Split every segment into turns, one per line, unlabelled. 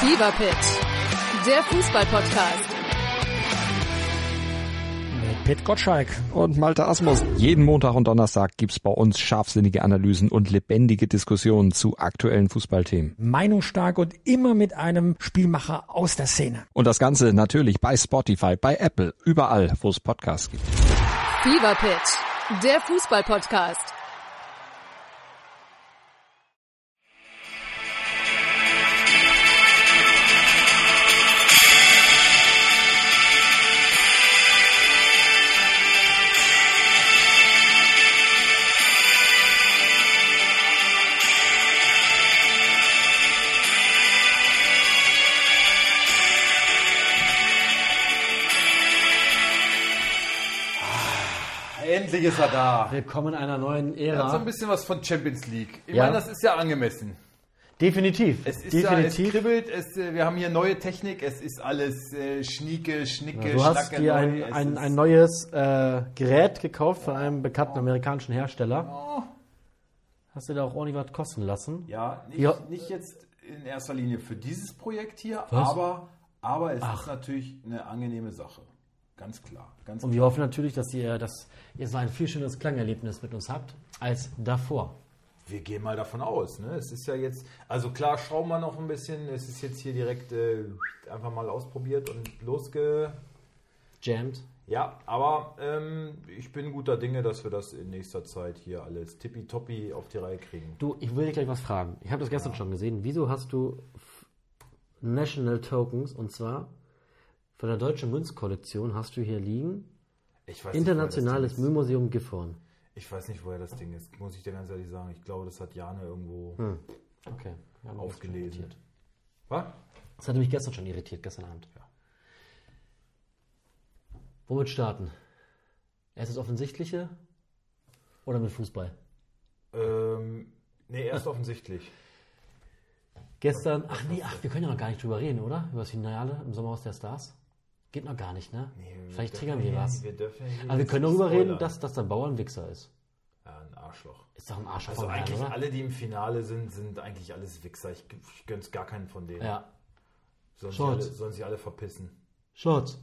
Fever Pitch, der Fußballpodcast.
Mit Pit Gottschalk.
und Malte Asmus.
Jeden Montag und Donnerstag gibt's bei uns scharfsinnige Analysen und lebendige Diskussionen zu aktuellen Fußballthemen.
Meinungsstark und immer mit einem Spielmacher aus der Szene.
Und das Ganze natürlich bei Spotify, bei Apple, überall, wo es Podcasts gibt.
Fever Pitch, der Fußballpodcast.
Endlich ist er da.
Willkommen einer neuen
Hat so ein
Ära.
bisschen was von Champions League. Ich
Ja.
meine, das ist ja angemessen.
Definitiv.
Es ist ja, es
Definitiv.
kribbelt, es, äh, wir haben hier neue Technik, es ist alles äh, schnieke, schnicke,
du hast
schnacke,
dir
neu,
ein,
es
ein,
ist-
ein neues äh, Gerät gekauft von einem bekannten amerikanischen Hersteller.
Oh.
Hast du da auch ordentlich was kosten lassen?
Ja, nicht,
Ja.
nicht jetzt in erster Linie für dieses Projekt hier,
Was?
aber, aber es ist natürlich eine angenehme Sache. Ganz klar. Ganz
Und wir hoffen natürlich, dass ihr, dass ihr so ein viel schöneres Klangerlebnis mit uns habt als davor.
Wir gehen mal davon aus, ne? Es ist ja jetzt, also klar, schrauben wir noch ein bisschen. Es ist jetzt hier direkt äh, einfach mal ausprobiert und losge.
Jammed.
Ja, aber ähm, ich bin guter Dinge, dass wir das in nächster Zeit hier alles tippitoppi auf die Reihe kriegen.
Du, ich will dich gleich was fragen. Ich habe das gestern schon gesehen. Wieso hast du F- National Tokens und zwar von der Deutschen Münzkollektion hast du hier liegen?
Ich weiß
Internationales
nicht, woher das Ding
Müllmuseum Gifhorn.
ist. Ich weiß nicht, woher das Ding ist, muss ich dir ganz ehrlich sagen. Ich glaube, das hat Jane irgendwo.
Hm, Okay. Ja, aber
Aufgelesen.
das irritiert.
Was?
Das hatte mich gestern schon irritiert, gestern Abend. Womit starten? Erst das Offensichtliche oder mit Fußball?
Ähm, nee, erst offensichtlich.
Gestern, ach nee, ach, wir können ja noch gar nicht drüber reden, oder? Über das Finale im Sommerhaus der Stars? Geht noch gar nicht, ne? Vielleicht triggern wir
ja-
was.
Wir dürfen ja hier
Aber wir
nicht
können darüber reden,
spoilern.
dass, dass der Bauer ein Wichser ist.
Ja, ein Arschloch.
Ist doch ein Arsch
Also
vom Herrn,
eigentlich
oder?
alle, die im Finale sind, sind eigentlich alles Wichser. Ich, ich gönn's gar keinen von denen.
Ja.
Sollen, sie
Schott.
alle, sollen sie alle verpissen.
Schatz,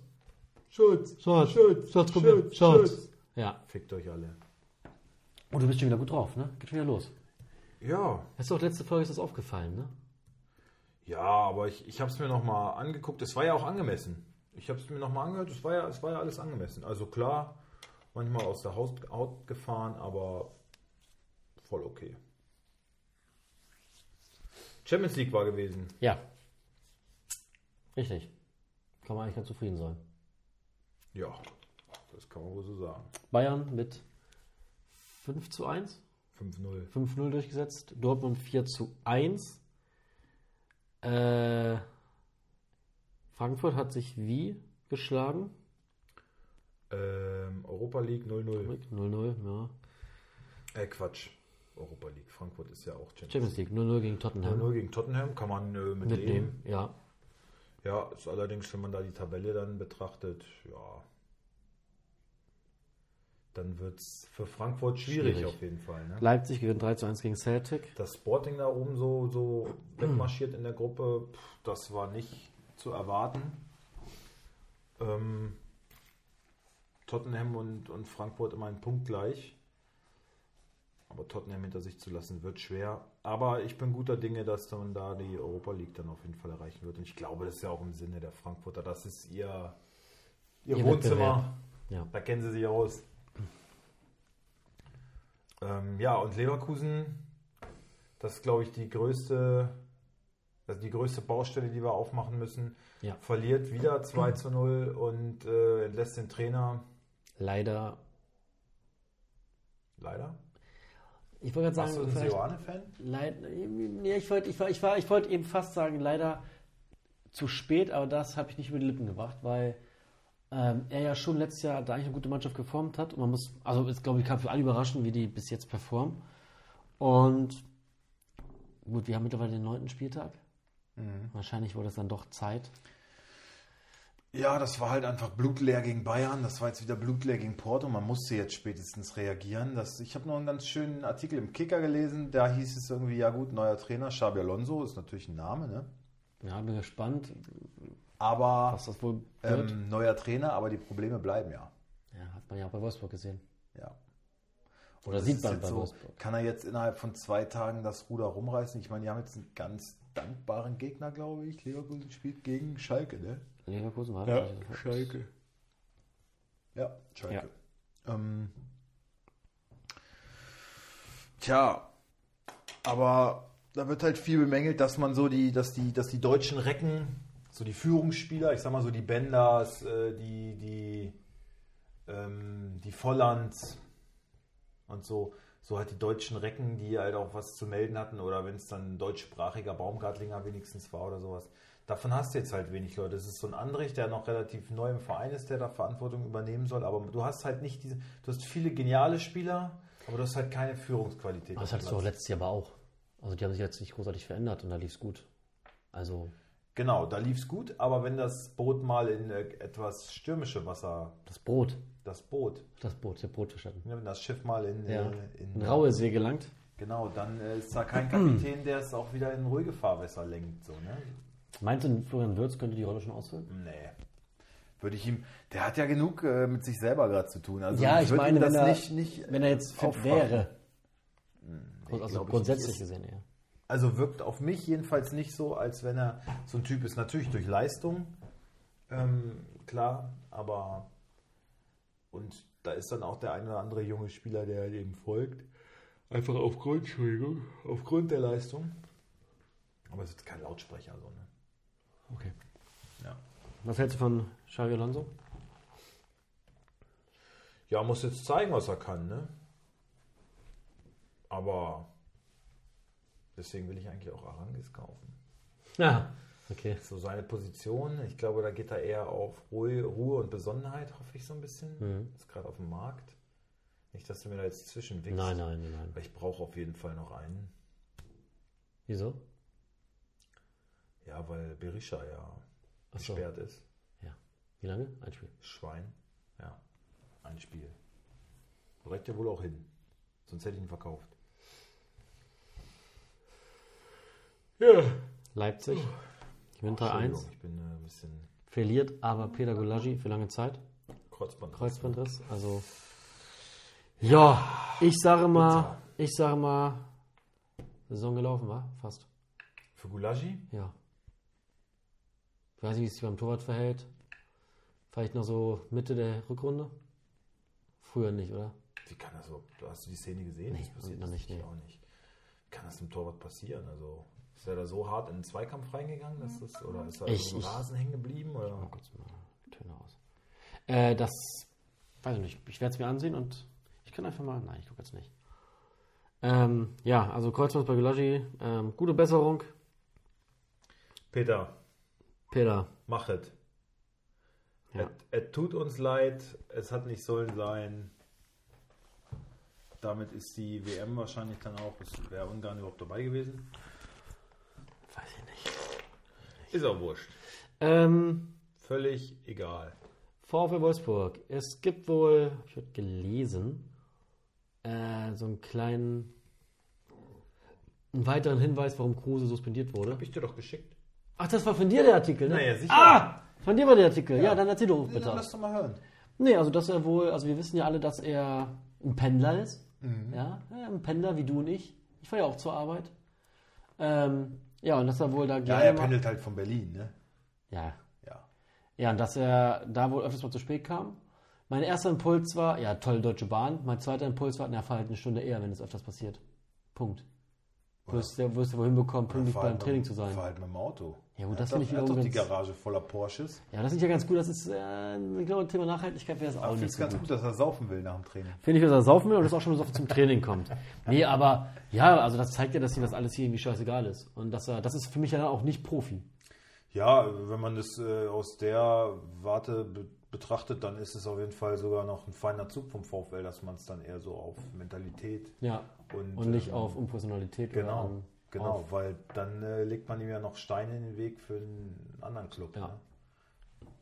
Schutz,
Schatz,
Schutz,
Schatz, komm her, Schatz. Ja.
Fickt euch alle.
Und Oh, du bist schon wieder gut drauf, ne? Geht schon wieder los.
Ja,
Hast du auch letzte Folge ist das aufgefallen, ne?
ja, aber ich, ich habe es mir nochmal angeguckt. Es war ja auch angemessen. Ich habe es mir nochmal angehört. Es war, ja, es war ja alles angemessen. Also klar, manchmal aus der Haus, Haut gefahren, aber voll okay. Champions League war gewesen.
Ja. Richtig. Kann man eigentlich ganz zufrieden sein.
Ja, das kann man wohl so sagen.
Bayern mit 5 zu 1,
5-0.
5-0 durchgesetzt, Dortmund 4 zu 1. Äh, Frankfurt hat sich wie geschlagen?
Ähm, Europa League 0-0.
0-0, ja.
Äh, Quatsch. Europa League. Frankfurt ist ja auch Champions
Champions League, 0-0 gegen
League.
Tottenham.
0 gegen Tottenham kann man äh, mitnehmen.
Mitnehmen, ja.
Ja, ist allerdings, wenn man da die Tabelle dann betrachtet, ja, dann wird es für Frankfurt schwierig,
Schwierig.
auf jeden Fall. Ne?
Leipzig gewinnt 3 zu 1 gegen Celtic.
Das Sporting da oben so, so wegmarschiert in der Gruppe, pff, das war nicht zu erwarten. Ähm, Tottenham und, und Frankfurt immer einen Punkt gleich. Aber Tottenham hinter sich zu lassen, wird schwer. Aber ich bin guter Dinge, dass man da die Europa League dann auf jeden Fall erreichen wird. Und ich glaube, das ist ja auch im Sinne der Frankfurter. Das ist ihr, ihr,
Ihr
Wohnzimmer.
Wettbewerb. Ja.
Da kennen sie sich aus. Ähm, ja, und Leverkusen, das ist, glaube ich, die größte, also die größte Baustelle, die wir aufmachen müssen.
Ja.
Verliert wieder 2 zu 0 und äh, entlässt den Trainer.
Leider.
Leider.
Ich wollte gerade
Warst du
sagen,
ein
vielleicht-
Seoane-Fan?
Leid, nee, ich wollte ich, war- ich, war- ich wollte eben fast sagen, leider zu spät, aber das habe ich nicht über die Lippen gebracht, weil ähm, er ja schon letztes Jahr da eigentlich eine gute Mannschaft geformt hat. Und man muss, also es glaube ich, kam für alle überraschend, wie die bis jetzt performen. Und gut, wir haben mittlerweile den neunten Spieltag. Wahrscheinlich wurde es dann doch Zeit.
Ja, das war halt einfach blutleer gegen Bayern, das war jetzt wieder blutleer gegen Porto, man musste jetzt spätestens reagieren. Das, ich habe noch einen ganz schönen Artikel im Kicker gelesen, da hieß es irgendwie, ja gut, neuer Trainer, Xabi Alonso, ist natürlich ein Name, ne?
Ja, bin gespannt,
Aber
was das wohl wird.
ähm, neuer Trainer, aber die Probleme bleiben ja.
ja, hat man ja auch bei Wolfsburg gesehen.
Ja. Und
Oder
das
sieht
ist
man
jetzt
bei
so,
Wolfsburg.
Kann er jetzt innerhalb von zwei Tagen das Ruder rumreißen? Ich meine, die haben jetzt einen ganz dankbaren Gegner, glaube ich. Leverkusen spielt gegen Schalke, ne?
Leverkusen war
Schalke. Ja, Schalke. Ähm, tja, aber da wird halt viel bemängelt, dass man so die, dass die, dass die deutschen Recken, so die Führungsspieler, ich sag mal so die Benders, äh, die, die, ähm, die Vollands und so, so halt die deutschen Recken, die halt auch was zu melden hatten oder wenn es dann ein deutschsprachiger Baumgartlinger wenigstens war oder sowas. Davon hast du jetzt halt wenig Leute. Es ist so ein Andrich, der noch relativ neu im Verein ist, der da Verantwortung übernehmen soll, aber du hast halt nicht diese, du hast viele geniale Spieler, aber du hast halt keine Führungsqualität.
Das
auf dem
hattest du auch
Platz.
letztes Jahr aber auch. Also die haben sich jetzt nicht großartig verändert und da lief es gut. Also
Genau, da lief's gut, aber wenn das Boot mal in äh, etwas stürmische Wasser,
das Brot,
das Boot,
das Brot, der Brot verstanden.
ne, wenn das Schiff mal in,
Ja.
äh, in,
In raue See gelangt.
genau, dann äh, ist da kein Kapitän, der es auch wieder in ruhige Fahrwässer lenkt, so ne?
Meinst du, Florian Würz könnte die Rolle schon ausfüllen?
Nee. Würde ich ihm, der hat ja genug äh, mit sich selber gerade zu tun. Also
ja, ich
würd ihm
meine, wenn
das
er,
nicht, nicht, äh,
wenn er jetzt fit
auffangen.
wäre. Grund- also
glaub ich
grundsätzlich
nicht.
gesehen eher.
Also wirkt auf mich jedenfalls nicht so, als wenn er so ein Typ ist. Natürlich durch Leistung, ähm, klar, aber und da ist dann auch der ein oder andere junge Spieler, der halt eben folgt. Einfach aufgrund, Entschuldigung, aufgrund der Leistung. Aber es ist kein Lautsprecher, so, ne?
Okay.
Ja.
Was hältst du von Xavi Alonso?
Ja, muss jetzt zeigen, was er kann, ne? Aber deswegen will ich eigentlich auch Arangis kaufen.
Ja. Okay.
So seine Position, ich glaube, da geht er eher auf Ruhe, Ruhe und Besonnenheit, hoffe ich so ein bisschen.
Mhm.
Ist gerade auf dem Markt. Nicht, dass du mir da jetzt zwischenwickst.
Nein, nein, nein, nein.
Aber ich brauche auf jeden Fall noch einen.
Wieso?
Ja, weil Berisha ja
Ach so.
gesperrt ist.
Ja. Wie lange? Ein Spiel.
Schwein. Ja. Ein Spiel. Reicht ja wohl auch hin. Sonst hätte ich ihn verkauft.
Leipzig. Gewinnt 3-1.
Entschuldigung, ich bin äh, ein bisschen
Verliert aber Peter Gulagi für lange Zeit.
Kreuzband.
Kreuzbandriss. Also. Ja, ich sage mal, ich sage mal, Saison gelaufen war, fast.
Für Gulagi?
Ja. Ich weiß nicht, wie es sich beim Torwart verhält. Vielleicht noch so Mitte der Rückrunde. Früher nicht, oder?
Wie kann das so? Hast du die Szene gesehen?
Nee,
das passiert
noch
das
nicht,
natürlich
nee.
auch nicht. Wie kann das dem Torwart passieren? Also ist er da so hart in den Zweikampf reingegangen, dass das oder ist er
Ich-
im
ich-
Rasen hängen geblieben? Oder?
Kurz mal Töne aus. Äh, das weiß ich nicht. Ich werde es mir ansehen und ich kann einfach mal. Nein, ich gucke jetzt nicht. Ähm, ja, also Kreuzmanns bei Gulagi. Ähm, gute Besserung.
Peter,
Peter.
machet.
Ja.
Es, es tut uns leid, es hat nicht sollen sein. Damit ist die WM wahrscheinlich dann auch, es wäre Ungarn überhaupt dabei gewesen.
Weiß ich nicht.
Ist auch wurscht.
Ähm,
Völlig egal.
VfL Wolfsburg. Es gibt wohl, hab ich habe gelesen, äh, so einen kleinen, einen weiteren Hinweis, warum Kruse suspendiert wurde.
Hab ich dir doch geschickt.
Ach, das war von dir der Artikel, ne?
Naja, sicher.
Ah! Von dir war der Artikel. Ja, dann erzähl doch bitte.
doch mal hören.
Nee, also dass er wohl, also wir wissen ja alle, dass er ein Pendler ist. Ja, ja, ein Pendler wie du und ich. Ich fahre ja auch zur Arbeit. Ähm, ja, und dass er wohl da
Ja,
gerne
er
mal-
pendelt halt von Berlin, ne?
Ja.
Ja.
Ja, und dass er da wohl öfters mal zu spät kam. Mein erster Impuls war, ja, toll, Deutsche Bahn. Mein zweiter Impuls war, na, fahr halt eine Stunde eher, wenn es öfters passiert. Punkt. Wirst du wirst du wohl hinbekommen, pünktlich
Fahr halt
Um beim
mit-
Training zu sein.
Fahr halt mit dem Auto.
Ja, gut,
Er
das
hat
finde
doch- er
ich
hat doch
wiederum
die
ganz-
Garage voller Porsches.
Ja, das ist ja ganz gut. Das ist, äh, ich glaube, Thema Nachhaltigkeit wäre es
Aber
auch
ich finde
nicht
es
so
ganz
gut.
gut, dass er saufen will nach dem Training.
Finde ich, dass er saufen will und das auch schon so oft zum Training kommt. Nee, aber ja, also das zeigt ja, dass ihm das alles hier irgendwie scheißegal ist. Und dass er, das ist für mich ja dann auch nicht Profi.
Ja, wenn man das äh, aus der Warte be betrachtet, dann ist es auf jeden Fall sogar noch ein feiner Zug vom VfL, dass man es dann eher so auf Mentalität
Ja.
und,
Und nicht
ähm,
auf Unprofessionalität oder
Genau,
an,
genau,
Auf,
weil dann äh, legt man ihm ja noch Steine in den Weg für einen anderen Club.
Ja.
Ne?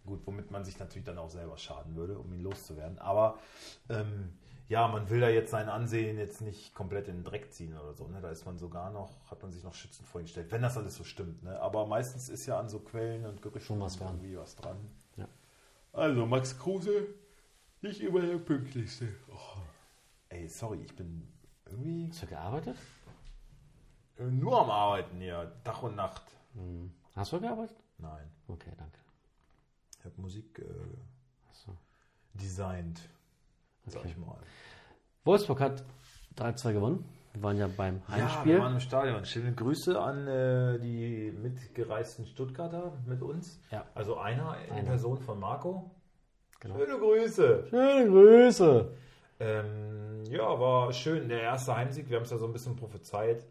Gut, womit man sich natürlich dann auch selber schaden würde, um ihn loszuwerden. Aber ähm, ja, man will da jetzt sein Ansehen jetzt nicht komplett in den Dreck ziehen oder so. Ne? Da ist man sogar noch, hat man sich noch schützend vorgestellt, wenn das alles so stimmt. Ne? Aber meistens ist ja an so Quellen und Gerüchten
Schon was dran.
irgendwie was dran.
Ja.
Also Max Kruse, nicht immer der pünktlichste. Oh. Ey, sorry, ich bin irgendwie
Hast du gearbeitet?
nur am Arbeiten hier, Tag und Nacht.
Hast du gearbeitet?
Nein,
Okay, danke.
ich habe Musik äh,
Achso.
designt, sag
Okay.
ich mal.
Wolfsburg hat 3-2 gewonnen. Wir waren ja beim
Ja,
Heimspiel.
wir waren im Stadion. Schöne Grüße an äh, die mitgereisten Stuttgarter mit uns.
Ja.
Also einer in
Einer.
Person von Marco.
Genau.
Schöne Grüße.
Schöne Grüße.
Ähm, ja, war schön. Der erste Heimsieg, wir haben es ja so ein bisschen prophezeit.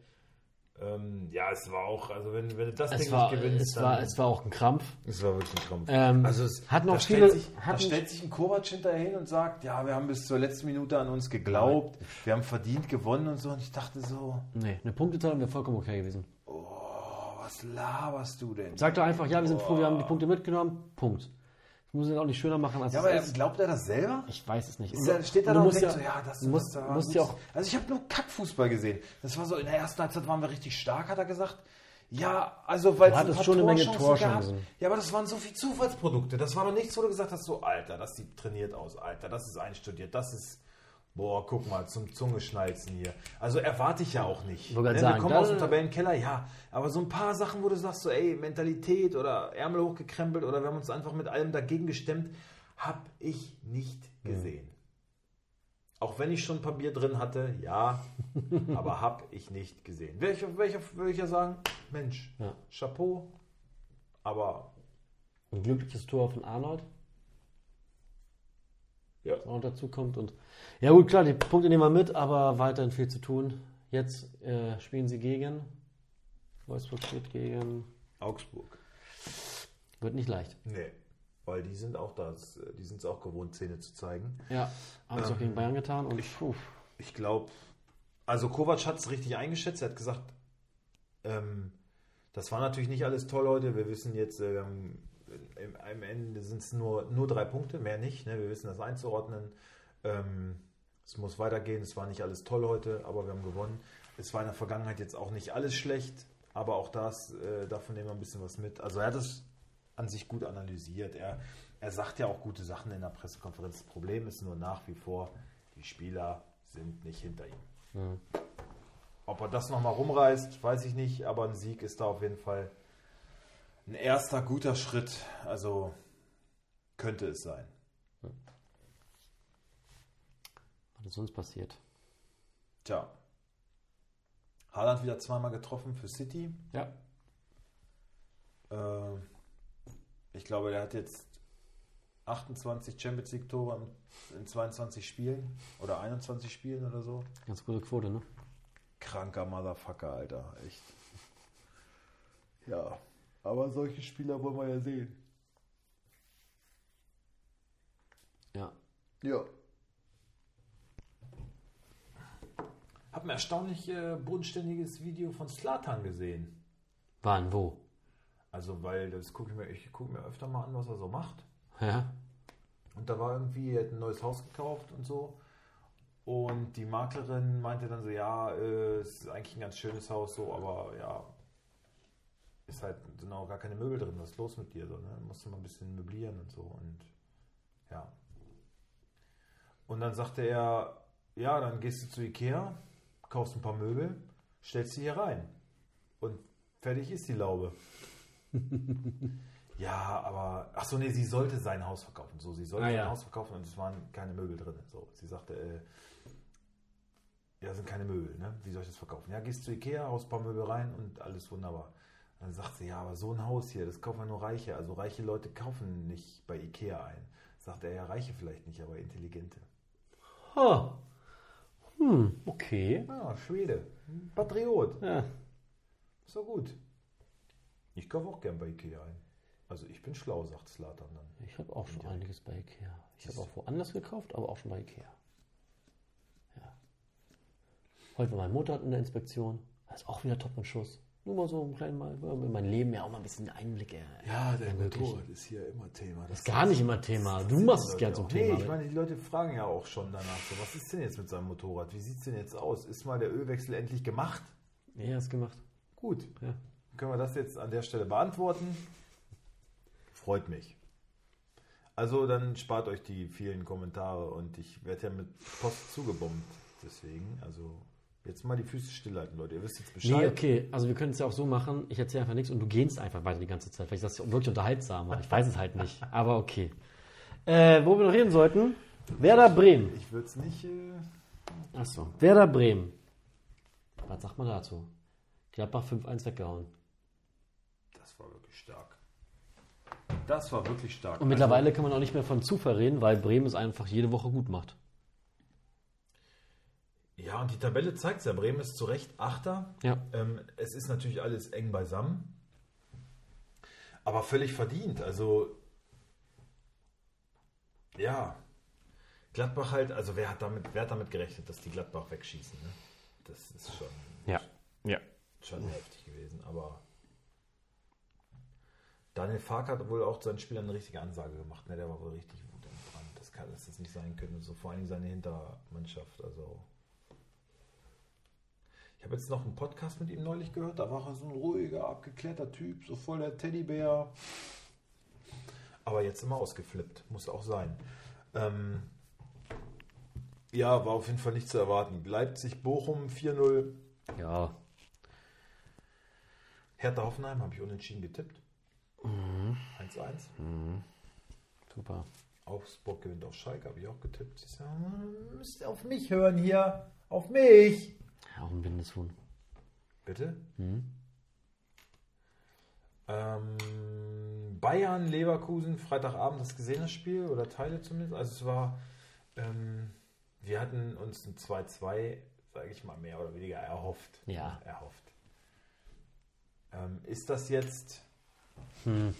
Ähm, ja, es war auch, also wenn, wenn du das
Es
Ding
war,
nicht gewinnst,
es,
dann,
war, es war auch ein Krampf.
es war wirklich ein Krampf.
Ähm,
Also es,
hat noch
da
viele-
Stellt sich, da
hat-
stellt sich ein Kovac hinterher hin und sagt, ja, wir haben bis zur letzten Minute an uns geglaubt, wir haben verdient gewonnen und so. Und ich dachte so,
Nee, eine Punkteteilung wäre vollkommen okay gewesen.
was laberst du denn?
Sagt doch einfach, ja, wir sind froh, wir haben die Punkte mitgenommen. Punkt. Das muss ich auch nicht schöner machen, als
Ja,
es
aber
ist.
glaubt er das selber?
Ich weiß es nicht.
Ist er, steht da
Und
noch
du
und
musst
denkt
ja,
so, ja, das,
musst,
das war
musst
gut.
ja auch
Also ich habe nur Kackfußball gesehen. Das war so, in der ersten Halbzeit waren wir richtig stark, hat er gesagt. Ja, also weil
Du
es
hattest schon eine Menge
Torchancen
Torchancen
gab.
gesehen.
Ja, aber das waren so viel Zufallsprodukte. Das war doch nichts, wo du gesagt hast, so Alter, das sieht trainiert aus, Alter, das ist einstudiert, das ist... Boah, guck mal, zum Zungeschnalzen hier. Also erwarte ich ja auch nicht. Ne,
Ich wollte gerade
wir
sagen,
kommen
da-
aus dem Tabellenkeller, ja. Aber so ein paar Sachen, wo du sagst, so, ey, Mentalität oder Ärmel hochgekrempelt oder wir haben uns einfach mit allem dagegen gestemmt, hab ich nicht
Hm.
gesehen. Auch wenn ich schon ein paar Bier drin hatte, ja, aber hab ich nicht gesehen. Welcher, welcher würde ich ja sagen, Mensch,
Ja.
Chapeau, aber
ein glückliches Tor von Arnold.
Ja.
Was auch noch dazu kommt. Und ja gut, klar, die Punkte nehmen wir mit, aber weiterhin viel zu tun. Jetzt äh, spielen sie gegen. Wolfsburg spielt gegen.
Augsburg.
Wird nicht leicht.
Nee, weil die sind auch das, die sind es auch gewohnt, Zähne zu zeigen.
Ja. Haben es auch gegen Bayern getan und puh,
Ähm, Ich glaube, also Kovac hat es richtig eingeschätzt. Er hat gesagt, ähm, das war natürlich nicht alles toll, Leute. Wir wissen jetzt, äh, wir haben, im, am Ende sind es nur, nur drei Punkte, mehr nicht. Ne? Wir wissen das einzuordnen. Ähm, es muss weitergehen. Es war nicht alles toll heute, aber wir haben gewonnen. Es war in der Vergangenheit jetzt auch nicht alles schlecht, aber auch das, äh, davon nehmen wir ein bisschen was mit. Also er hat es an sich gut analysiert. Er, er sagt ja auch gute Sachen in der Pressekonferenz. Das Problem ist nur nach wie vor, die Spieler sind nicht hinter ihm. Ob er das nochmal rumreißt, weiß ich nicht, aber ein Sieg ist da auf jeden Fall ein erster guter Schritt. Also könnte es sein.
was ist sonst passiert?
Tja. Haaland wieder zweimal getroffen für City.
Ja.
Äh, ich glaube, der hat jetzt 28 Champions League Tore in- in 22 Spielen oder 21 Spielen oder so.
Ganz gute Quote, ne?
Kranker Motherfucker, Alter. Echt. Ja. Aber solche Spieler wollen wir ja sehen.
Ja.
Ja.
Hab ein erstaunlich äh, bodenständiges Video von Slatan gesehen.
Wann, wo?
Also, weil das gucke ich mir, ich gucke mir öfter mal an, was er so macht.
Ja.
Und da war irgendwie, er hat ein neues Haus gekauft und so. Und die Maklerin meinte dann so, ja, äh, es ist eigentlich ein ganz schönes Haus, so, aber ja, ist halt sind auch gar keine Möbel drin, was ist los mit dir? So, ne? Musst du mal ein bisschen möblieren und so und ja. Und dann sagte er, ja, dann gehst du zu Ikea, kaufst ein paar Möbel, stellst sie hier rein und fertig ist die Laube. ja, aber, ach so, nee, sie sollte sein Haus verkaufen, so, sie sollte
Ah,
sein
ja.
Haus verkaufen und es waren keine Möbel drin, so. Sie sagte, äh, ja, sind keine Möbel, ne? Wie soll ich das verkaufen? Ja, gehst zu Ikea, haust ein paar Möbel rein und alles wunderbar. Dann sagt sie, ja, aber so ein Haus hier, das kaufen ja nur Reiche. Also reiche Leute kaufen nicht bei Ikea ein. Sagt er, ja, Reiche vielleicht nicht, aber Intelligente.
Ha. Hm, okay.
Ah, Schwede. Ein Patriot.
Ja.
So gut. Ich kaufe auch gern bei Ikea ein. Also ich bin schlau, sagt Slatan dann.
Ich habe auch schon einiges bei Ikea. Ich habe auch woanders gekauft, aber auch schon bei Ikea. Ja. Heute war meine Mutter hat eine Inspektion. Das ist auch wieder top mit Schuss. Nur mal so einen kleinen Mal, in mein Leben ja auch mal ein bisschen Einblicke.
Ja, der Motorrad ist hier immer Thema. Das
Ist gar nicht immer Thema. Du machst es gern zum
Nee,
Thema. ne?
ich meine, die Leute fragen ja auch schon danach so, was ist denn jetzt mit seinem Motorrad? Wie sieht's denn jetzt aus? Ist mal der Ölwechsel endlich gemacht?
ja, hast gemacht.
Gut,
Ja.
können wir das jetzt an der Stelle beantworten? Freut mich. Also dann spart euch die vielen Kommentare und ich werde ja mit Post zugebombt. Deswegen, also jetzt mal die Füße stillhalten, Leute. Ihr wisst jetzt Bescheid.
Nee, okay, also wir können es ja auch so machen, ich erzähle einfach nichts und du gehst einfach weiter die ganze Zeit. Vielleicht ist das ja wirklich unterhaltsamer. Ich weiß es halt nicht, aber okay. Äh, wo wir noch reden sollten, Werder Bremen.
Ich würde es nicht. Äh,
Achso, Werder Bremen. Was sagt man dazu? Gladbach 5-1 weggehauen.
das war wirklich stark. Das war wirklich stark.
Und mittlerweile kann man auch nicht mehr von Zufall reden, weil Bremen es einfach jede Woche gut macht.
Also, Ja, und die Tabelle zeigt es ja. Bremen ist zu Recht Achter.
Ja.
Ähm, es ist natürlich alles eng beisammen. Aber völlig verdient. Also, ja. Gladbach halt, also wer hat damit, wer hat damit gerechnet, dass die Gladbach wegschießen? Ne? Das ist schon,
Ja. Ja.
schon heftig gewesen. Aber Daniel Fark hat wohl auch seinen Spielern eine richtige Ansage gemacht. Ne? Der war wohl richtig gut dran. Das kann das jetzt nicht sein können. So vor allem seine Hintermannschaft. Also. Ich habe jetzt noch einen Podcast mit ihm neulich gehört. Da war er so ein ruhiger, abgeklärter Typ, so voll der Teddybär. Aber jetzt immer ausgeflippt. Muss auch sein. Ähm, ja, war auf jeden Fall nicht zu erwarten. Leipzig-Bochum 4-0.
Ja.
Hertha Hoffenheim habe ich unentschieden getippt. 1-1.
Super.
Augsburg gewinnt auf Schalke, habe ich auch getippt. Ich sag, müsst auf mich hören hier. Auf mich.
Auch ein blindes Huhn.
Bitte?
Hm.
Ähm, Bayern, Leverkusen, Freitagabend das gesehen, das Spiel oder Teile zumindest. Also es war, ähm, wir hatten uns ein 2-2, sage ich mal, mehr oder weniger erhofft.
Ja.
Erhofft. Ähm, ist das jetzt,
Der,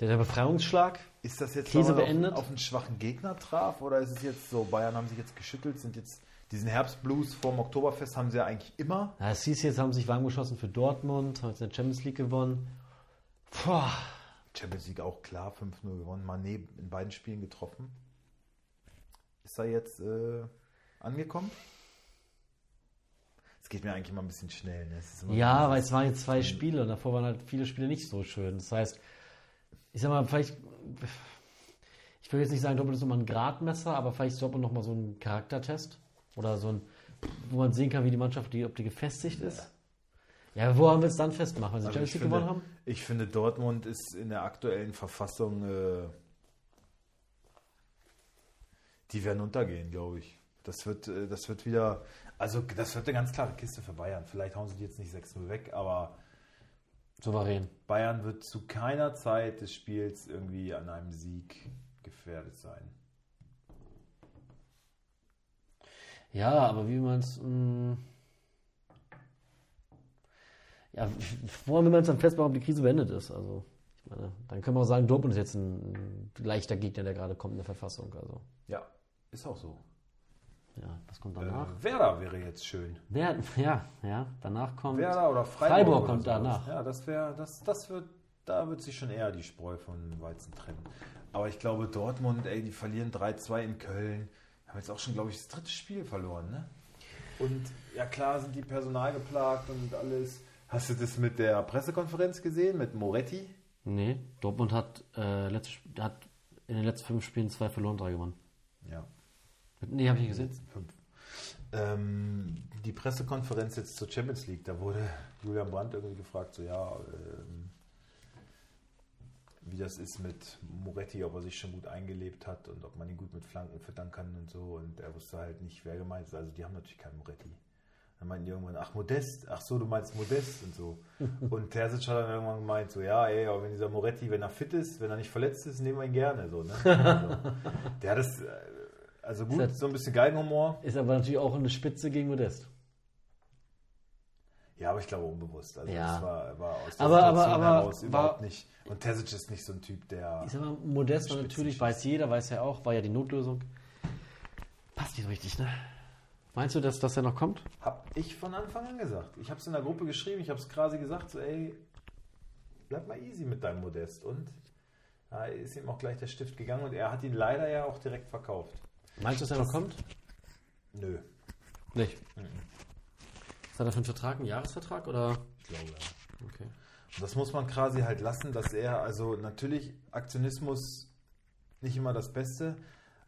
der Befreiungsschlag?
Ist das jetzt, weil
Krise
man auf-
beendet?
auf einen schwachen Gegner traf oder ist es jetzt so, Bayern haben sich jetzt geschüttelt, sind jetzt diesen Herbstblues vorm Oktoberfest haben sie ja eigentlich immer.
Ja, es hieß jetzt, haben sich warm geschossen für Dortmund, haben jetzt in der Champions League gewonnen. Boah.
Champions League auch klar, 5-0 gewonnen, Mané in beiden Spielen getroffen. Ist er jetzt äh, angekommen? Es geht mir eigentlich immer ein bisschen schnell. Ne? Es ist immer
Ja,
so
weil
dieses-
es waren jetzt zwei Spiele und davor waren halt viele Spiele nicht so schön. Das heißt, ich sag mal, vielleicht, ich will jetzt nicht sagen, Dortmund ist nochmal ein Gradmesser, aber vielleicht ist Dortmund nochmal so ein Charaktertest oder so ein, wo man sehen kann, wie die Mannschaft, die, ob die gefestigt ist. Ja, wo haben wir es dann festmachen? Weil sie
Also
Champions League gewonnen haben?
Ich finde, Dortmund ist in der aktuellen Verfassung, äh, die werden untergehen, glaube ich. Das wird, äh, das wird wieder, also das wird eine ganz klare Kiste für Bayern. Vielleicht hauen sie die jetzt nicht 6-0 weg, aber
Souverän.
Bayern wird zu keiner Zeit des Spiels irgendwie an einem Sieg gefährdet sein.
Ja, aber wie mm, man es. Ja, woran will man es dann festmachen, ob die Krise beendet ist? Also, ich meine, dann können wir auch sagen, Dortmund ist jetzt ein leichter Gegner, der gerade kommt in der Verfassung. Also,
Ja, ist auch so.
ja, was kommt
Äh,
danach?
Werder wäre jetzt schön.
Wer, ja, ja, danach kommt.
Werder oder Freiburg.
Freiburg
oder
kommt
sowas.
danach.
Ja, das wäre, das, das wird, da wird sich schon eher die Spreu vom Weizen trennen. Aber ich glaube, Dortmund, ey, die verlieren 3-2 in Köln. Haben jetzt auch schon, glaube ich, das dritte Spiel verloren, ne? Und ja, klar sind die personal geplagt und alles. Hast du das mit der Pressekonferenz gesehen, mit Moretti?
Nee, Dortmund hat, äh, letzte, Sp- hat in den letzten fünf Spielen zwei verloren, drei gewonnen.
Ja.
Nee, habe ich nicht gesehen.
Fünf. Ähm, die Pressekonferenz jetzt zur Champions League, da wurde Julian Brandt irgendwie gefragt, so ja, ähm, wie das ist mit Moretti, ob er sich schon gut eingelebt hat und ob man ihn gut mit Flanken füttern kann und so. Und er wusste halt nicht, wer gemeint ist. Also die haben natürlich keinen Moretti. Dann meinten die irgendwann, ach Modest, ach so, du meinst Modest und so. Und Terzic hat dann irgendwann gemeint, so ja, ey, aber wenn dieser Moretti, wenn er fit ist, wenn er nicht verletzt ist, nehmen wir ihn gerne. So, ne? also, der hat das, äh, also gut, so ein bisschen Geigenhumor.
Ist aber natürlich auch eine Spitze gegen Modest.
Ja, aber ich glaube unbewusst. Also
Ja.
das war, war aus der
Aber- aber-
Situation
aber
heraus
war-
überhaupt nicht. Und Terzic ist nicht so ein Typ, der.
Ich sag mal, Modest war
Spitzenschütze.
natürlich, weiß jeder, weiß ja auch, war ja die Notlösung. Passt nicht so richtig, ne? Meinst du, dass, dass er noch kommt?
Hab ich von Anfang an gesagt. Ich hab's in der Gruppe geschrieben, ich hab's quasi gesagt, so ey, bleib mal easy mit deinem Modest. Und da ist ihm auch gleich der Stift gegangen und er hat ihn leider ja auch direkt verkauft.
Meinst du, dass er noch kommt?
Nö,
Nicht. Was hat er für einen Vertrag? Einen Jahresvertrag oder?
ich glaube leider.
Okay.
Das muss man quasi halt lassen, dass er, also natürlich Aktionismus nicht immer das Beste,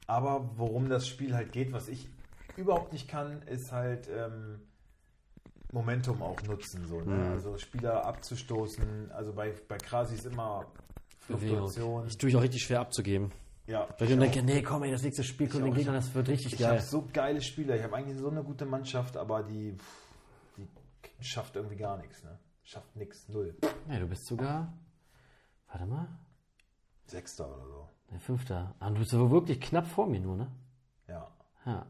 aber worum das Spiel halt geht, was ich überhaupt nicht kann, ist halt ähm, Momentum auch nutzen, so, ne? also Spieler abzustoßen, also bei, bei Krasi ist immer Fluktuation.
Ich tue mich auch richtig schwer abzugeben.
ja,
Weil ich dann denke, nee, komm ey, das nächste Spiel kommt den
auch.
Gegner, das wird richtig
ich
geil.
habe so geile Spieler, ich habe eigentlich so eine gute Mannschaft, aber die, pff, die schafft irgendwie gar nichts, ne? schafft nichts, null.
Nee, du bist sogar. Warte mal.
Sechster oder so,
Der Fünfter. Ah, du bist aber wirklich knapp vor mir nur, ne?
ja.
Ja.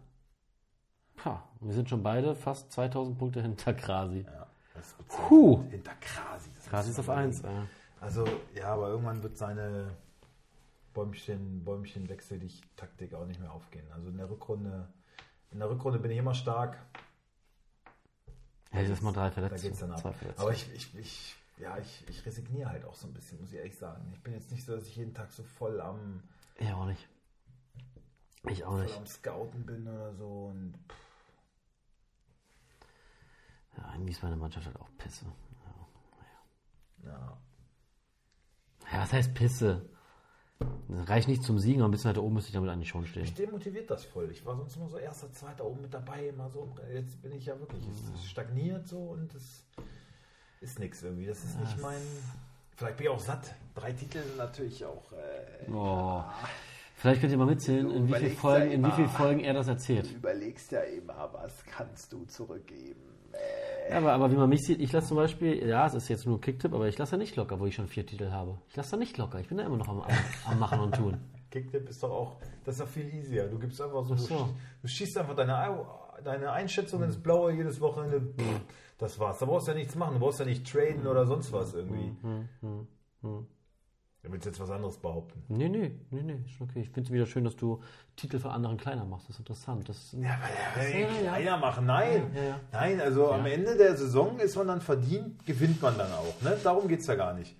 Pah, wir sind schon beide fast 2000 Punkte hinter Krasi.
Ja, das ist bezeichnet.
Huh.
Hinter Krasi. Das
Krasi ist
muss
auf
man
1.
überlegen. Also, ja, aber irgendwann wird seine Bäumchen, Bäumchenwechsel dich Taktik auch nicht mehr aufgehen. Also in der Rückrunde, in der Rückrunde bin ich immer stark.
Hätte ich das mal drei
Da
Verletzte.
geht's dann ab.
Zwei Verletzte.
Aber ich, ich, ich, ja, ich, ich resigniere halt auch so ein bisschen, muss ich ehrlich sagen. Ich bin jetzt nicht so, dass ich jeden Tag so voll am,
ja, auch nicht. Ich auch
voll
nicht.
am Scouten bin oder so. Und pff,
Ja, irgendwie ist meine Mannschaft halt auch Pisse.
ja.
Ja, was heißt Pisse? Das reicht nicht zum Siegen, aber ein bisschen weiter oben müsste ich damit eigentlich schon stehen.
Dem motiviert das voll. Ich war sonst immer so erster, zweiter oben mit dabei, immer so. Jetzt bin ich ja wirklich, es es stagniert so und es ist nichts irgendwie. Das ist nicht mein. Vielleicht bin ich auch satt. Drei Titel sind natürlich auch. Äh,
Oh. Vielleicht könnt ihr mal mitzählen, in wie, viel
Überlegst
Folgen,
ja
in wie
immer.
vielen Folgen er das erzählt.
überlegst ja immer, was kannst du zurückgeben.
Ja, aber, aber wie man mich sieht, ich lasse zum Beispiel, ja, es ist jetzt nur Kicktipp, aber ich lasse ja nicht locker, wo ich schon vier Titel habe. Ich lasse da nicht locker, ich bin da immer noch am, am, am Machen und Tun.
Kicktip ist doch auch, das ist ja viel easier. Du gibst einfach so, Mhm.
Ach so.
du schießt einfach deine, Ei- deine Einschätzung ins Blaue jedes Wochenende. Pff, Das war's. Da brauchst du ja nichts machen. Du brauchst ja nicht traden oder sonst was irgendwie. Mhm. Du willst jetzt was anderes behaupten.
Nee, nee, nee, nee, ist schon okay. Ich finde es wieder schön, dass du Titel für anderen kleiner machst, das ist interessant. Das ist
Ja, aber ja,
Ja, ja.
kleiner machen, nein.
Ja, ja, ja.
Nein, also am Ende der Saison ist man dann verdient, gewinnt man dann auch. Ne? Darum geht es ja gar nicht.